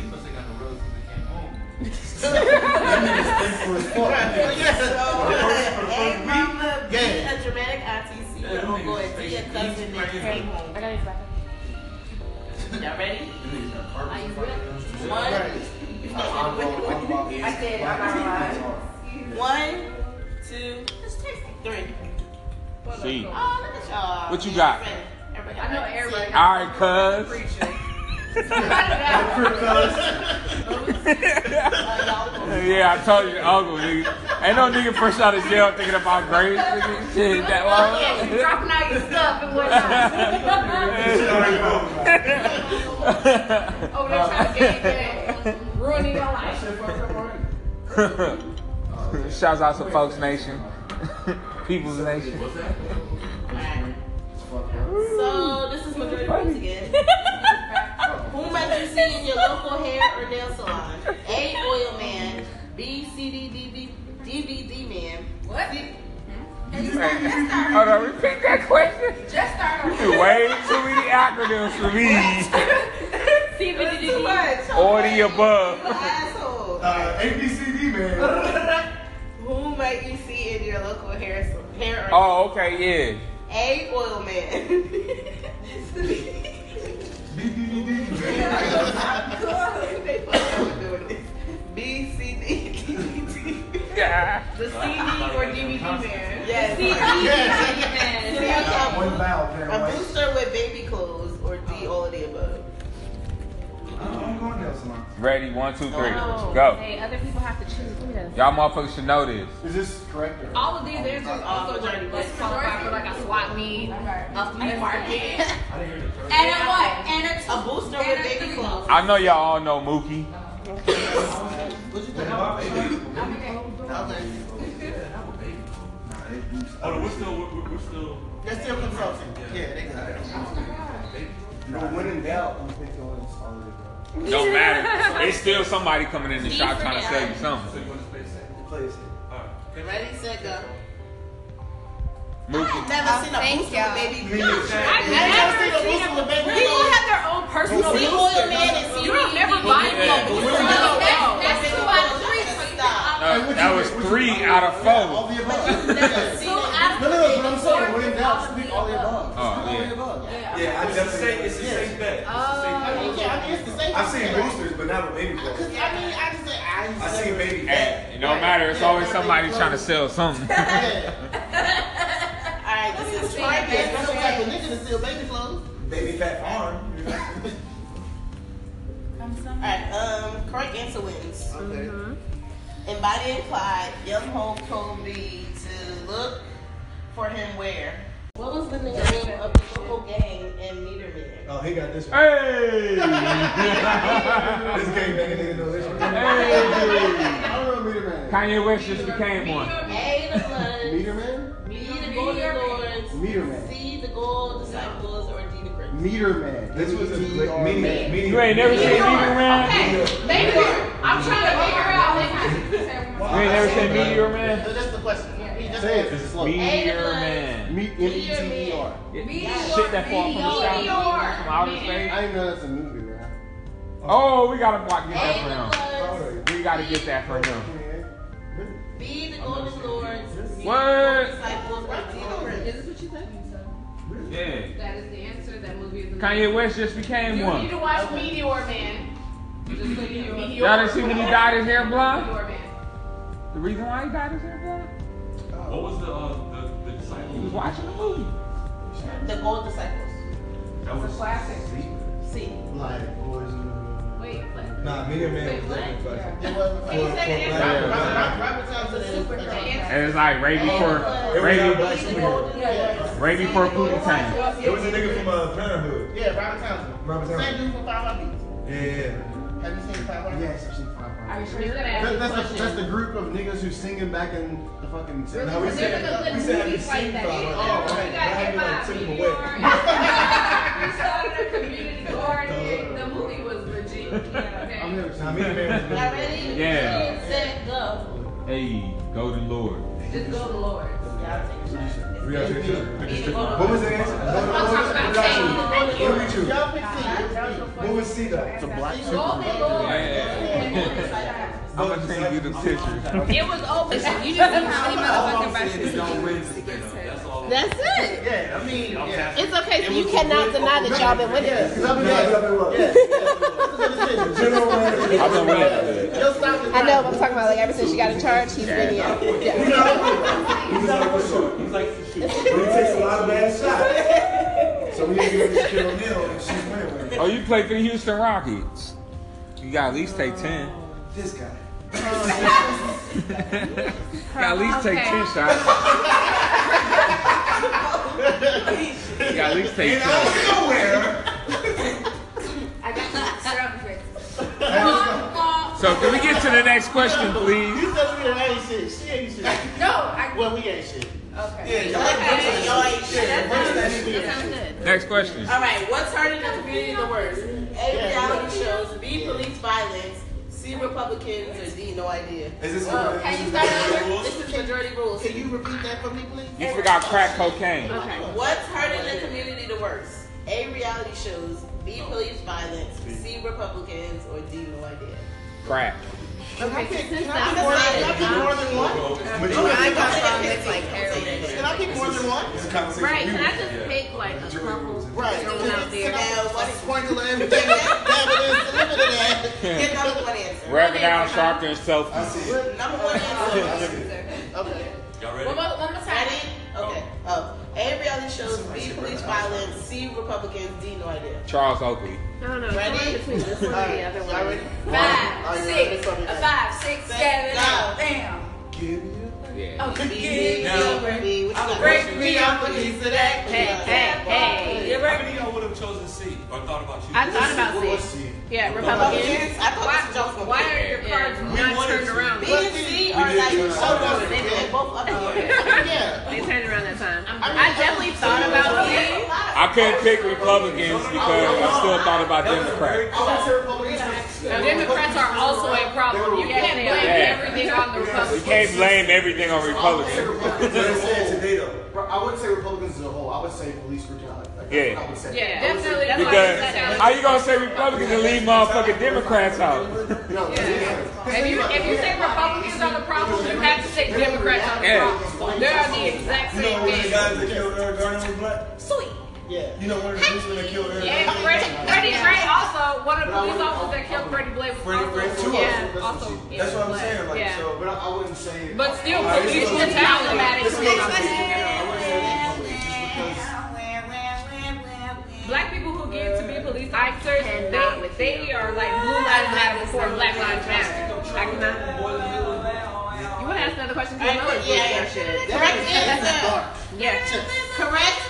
S12: mama, B a dramatic auntie, C a uncle, or D a cousin that came home.
S7: I gotta use my-
S12: Y'all ready?
S10: Are you real?
S12: One,
S8: I
S10: said, I'm not
S12: one, two, three.
S2: See.
S12: Oh, look at y'all.
S2: What you got?
S12: Everybody,
S10: I know everybody.
S2: All right, cuz. yeah, I told you, uncle, nigga. Ain't no nigga fresh out of jail thinking about grace. nigga. Shit, that
S10: Yeah,
S2: long.
S10: you dropping all your stuff and whatnot. Over there trying to get that, ruining your life.
S2: Shouts out to Folks Nation, People's Nation.
S12: So this is majority once again. Whom have you seen in your local hair or nail salon? A oil man, B C D D B DVD man. What?
S2: Hold on, repeat that question.
S10: Just start over.
S2: Way too many acronyms for me.
S10: See if it did
S2: Or the above.
S12: You an asshole.
S8: Uh, ABCD man.
S12: Who might you see in your local hair hair or
S2: Oh, okay, yeah.
S12: A oil man.
S8: BBBD man.
S12: They fucking doing this. B C D E, D.
S2: Yeah.
S10: The CD or DVD man.
S12: Yes. E,
S10: CD DVD
S12: So you
S10: man.
S12: got
S8: One vowel pair.
S12: A booster with baby clothes or D all of the above.
S8: I'm going nail salon.
S2: Ready, one, two, three.
S7: Oh,
S2: Go.
S7: Hey, other people have to choose. Look at us.
S2: Y'all motherfuckers should know this.
S8: Is this correct? or-
S10: All of these, there's just also like let's qualify for like a swap meet, a flea market, and a what? And a
S12: A booster with baby clothes.
S2: I know y'all all know Mookie.
S8: Oh,
S14: we're still, we're, we're still.
S12: That's still consulting. Yeah, they got it.
S8: no, when in doubt, I'm picking all this- all of it. uh,
S2: Don't matter. It's still somebody coming in the shop trying to sell you something.
S8: Replace it.
S12: Ready, set, go.
S2: Mookie.
S12: I've never seen a
S3: thank
S12: booster
S3: y'all.
S12: baby.
S3: Me neither. I've
S12: I've never
S3: never
S12: seen a booster with baby.
S3: People have their own personal
S12: See
S3: booster.
S12: oil man and see
S3: You don't never
S12: BB.
S3: buy me a
S12: Yeah.
S3: booster.
S12: Yeah.
S3: No, that's-
S12: Yeah.
S3: that's
S12: Yeah.
S3: two out of three. So you can
S2: Uh, that was three out of four.
S8: No, no, no, but I'm sorry, when in doubt, speak all the above.
S2: Oh, yeah.
S8: Yeah, I just say it's the same bet. It's the same
S12: I
S4: Oh.
S12: mean, yeah, I mean, it's the same.
S8: bet. I've seen boosters, but not with baby
S12: Cause
S8: boosters.
S12: I mean, I just said I.
S8: I've seen baby
S2: Hey, it don't matter. It's always somebody trying to sell something.
S12: All right, this is
S10: Try
S12: trying
S10: this.
S12: That's the type of nigga to steal baby clothes.
S8: Baby fat farm.
S12: All right, um, correct answer wins.
S8: Okay.
S12: And Body and Clyde, Young Ho Kobe to look for him where? What was the nigga name of the local gang in Meter Man?
S8: Oh, he got this one.
S2: Hey!
S8: this game making nigga know this one. I don't know Meter Man.
S2: Kanye West just became one.
S12: A the blood,
S8: Meter Man?
S12: B the golden lords,
S8: Meter Man.
S12: C the gold disciples, or D the great.
S8: Meter Man. This was a meter man.
S2: You ain't never seen Meter Man?
S8: Meter.
S10: Thank you. I'm trying to figure out. like,
S2: You ain't never seen Meteor Man?
S12: So that's the question. He just
S8: Say it.
S12: answered slow.
S2: Meteor Man.
S8: Meet M-E-T-E-R.
S2: Shit that fall from the sky. From outer space.
S8: I didn't know that's a movie, man.
S2: Oh, we gotta block, get that for him.
S12: Blood,
S2: We gotta get that for him.
S12: B the golden lords, C the
S2: What?
S12: golden disciples, or D the great.
S3: Is this what you think?
S2: Yeah.
S3: That is the answer. That movie is.
S2: Kanye West just became
S10: You need
S2: one.
S10: to watch Meteor Man. You just look at Meteor.
S2: Y'all didn't see when he dyed his hair blonde?
S10: Meteor Man.
S2: The reason why he dyed his hair blonde?
S16: What was the uh, the the
S2: He was
S16: disciple?
S2: watching the movie.
S12: The gold disciples.
S16: That was
S10: Classic.
S12: C.
S8: Like, boys in the room.
S10: Wait, what?
S8: Nah, Meter Man was definitely classic.
S12: It wasn't
S8: For- for black
S2: Robert-
S8: people.
S2: Robert-
S12: Robert Townsend is the answer.
S2: And it's like right before, right,
S8: black people.
S2: right before Putin time.
S8: It was a nigga from uh, Parenthood.
S12: Yeah, Robert Townsend.
S8: Robert
S12: Same
S8: Townsend.
S12: dude from Five Heartbeats.
S8: Yeah, yeah.
S12: Have you seen Five Heartbeats?
S8: Yes, I've seen Five Heartbeats.
S10: Are you sure you're gonna ask
S8: That,
S10: me a
S8: that's, the, that's
S10: question?
S8: the group of niggas who's singing back in the fucking.
S10: Really?
S8: No, we
S10: There's
S8: said,
S10: a good
S8: we said, have you
S10: movie like
S8: seen
S10: that.
S8: Five?
S10: You
S8: Oh,
S10: got
S8: right. Now you
S10: hit
S8: like took
S10: by
S8: him
S10: Meteor.
S8: away.
S10: You started a community garden. The movie was legit. Yeah, okay.
S8: I'm never seen it.
S12: Y'all ready?
S2: Yeah.
S12: Ten, set, go.
S2: Hey, Golden Lord.
S10: Just go to the Lord.
S12: Y'all take a shot.
S8: We gotta take a shot.
S12: Golden
S8: What was the answer? What did we choose? What did we choose?
S12: Y'all pick
S8: What was C though? It's a black
S12: C. Golden Lord.
S2: Yeah. I'm gonna send you the picture.
S3: It was open. You just see how many motherfucking
S16: It
S3: verses.
S16: don't win this thing, though. That's all.
S4: That's it.
S8: Yeah, I mean, yeah.
S4: It's okay. So you cannot deny that y'all been winning.
S8: Cause I've been like, I've been what? The General manager.
S14: I've been waiting.
S12: You'll stop the
S4: I know. But I'm talking about like ever since she got in charge, he's winning. Yeah.
S8: He's not for sure. He's like, but he takes a lot of bad shots. So we need to give this kid O'Neal and she's winning with him.
S2: Oh, you play for the Houston Rockets. You got at least take ten.
S8: This guy.
S2: You got at least take ten shots. You got at least take ten.
S10: I got you. Surround me with-
S2: So can we get to the next question, please?
S12: You said we done ain't shit. She ain't shit.
S10: No, I.
S12: Well, we ain't shit.
S10: Okay.
S12: Y'all ain't shit. Y'all ain't shit.
S2: Next question.
S12: All right, what's hurting the community the worst? A reality shows, B police violence, C Republicans, or D no idea.
S8: Is this
S12: Uh,
S8: a
S12: can you start over? This is majority rules. Can you repeat that for me, please?
S2: You forgot crack cocaine.
S12: What's hurting the community the worst? A reality shows, B police violence, C Republicans, or D no idea.
S2: Crack.
S12: Can I pick more than one?
S8: majority?
S12: Can I pick more than one?
S8: It's a conversation.
S7: Right, can I
S8: we-
S7: just pick like a couple?
S12: Right.
S7: Throw it out there.
S12: Now, what's point to land? Get that evidence, eliminate that. Get number one answer.
S2: Reverend Al Sharpton and selfie.
S8: I see it.
S12: Number one answer. Okay.
S16: Y'all ready?
S10: One more one more time.
S12: Ready? Okay. Oh. A reality shows, B police violence, C Republicans, D no idea.
S2: Charles Oakley.
S7: I don't know.
S12: Ready?
S7: Somewhere between this one and the other
S12: Y'all ready?
S7: one.
S10: Five,
S12: All right,
S10: six,
S12: let's go to
S10: a
S12: that.
S10: five, six,
S12: Six,
S10: seven,
S12: go.
S10: eight. Damn.
S8: Give me a
S2: Yeah.
S10: Oh,
S12: B,
S16: Now-
S12: B, what you got?
S10: Break me off a piece of that cake.
S7: Hey, hey.
S16: How many of y'all would have chosen C or thought about you?
S7: I thought about
S8: What was
S7: this.
S8: C?
S7: Yeah, Republicans.
S12: Republicans? I thought this was
S3: Why
S12: going
S3: are your cards not
S16: wanted
S3: turned
S16: to.
S3: around?
S12: B and C are
S8: did
S12: like,
S8: turn
S12: so
S8: around.
S12: close. They're both up here. Yeah.
S7: They turned around that time.
S12: I mean,
S7: I definitely thought about
S12: That's a
S7: it.
S12: lot of-
S2: I couldn't pick Republicans because I still thought about Democrats.
S3: The Democrats are also a problem. You can't blame
S2: Yeah.
S3: everything on the
S2: You
S3: Republicans.
S2: can't blame everything on Republicans.
S8: But I said today though.
S17: Bro, I would
S8: wouldn't say Republicans as a whole. I would say police brutality. Like,
S2: Yeah.
S8: That's what I would say.
S2: Yeah,
S8: I would
S2: definitely.
S8: say-
S2: That's why I said that. Because how you gonna say Republicans and leave motherfucking Democrats out?
S8: No,
S3: If you, if you say Republicans are the problem, you have to say Democrats are the problem. They are the exact
S8: You know
S3: same
S8: one of the
S3: thing.
S8: guys that killed Eric Garner was black? Sweet. Yeah. You know one of the policemen that killed Eric
S3: Yeah,
S8: Garner?
S3: Freddie, Freddie Gray also, one of the police officers that killed Freddie Gray was
S8: Freddie
S3: also,
S8: Gray, two of
S3: yeah,
S8: them. That's
S3: also
S8: what, she, that's what I'm
S3: black.
S8: saying. Like,
S3: yeah.
S8: so, but I, I wouldn't say.
S3: But still,
S8: All right,
S3: police
S8: this is-
S3: brutality.
S8: this is-
S3: Black people who get to be police officers, they, they are like blue lives matter before black lives matter. I cannot. You want to ask another question? 'Cause I know it's bullshit.
S12: Correct answer.
S3: Yes.
S12: Correct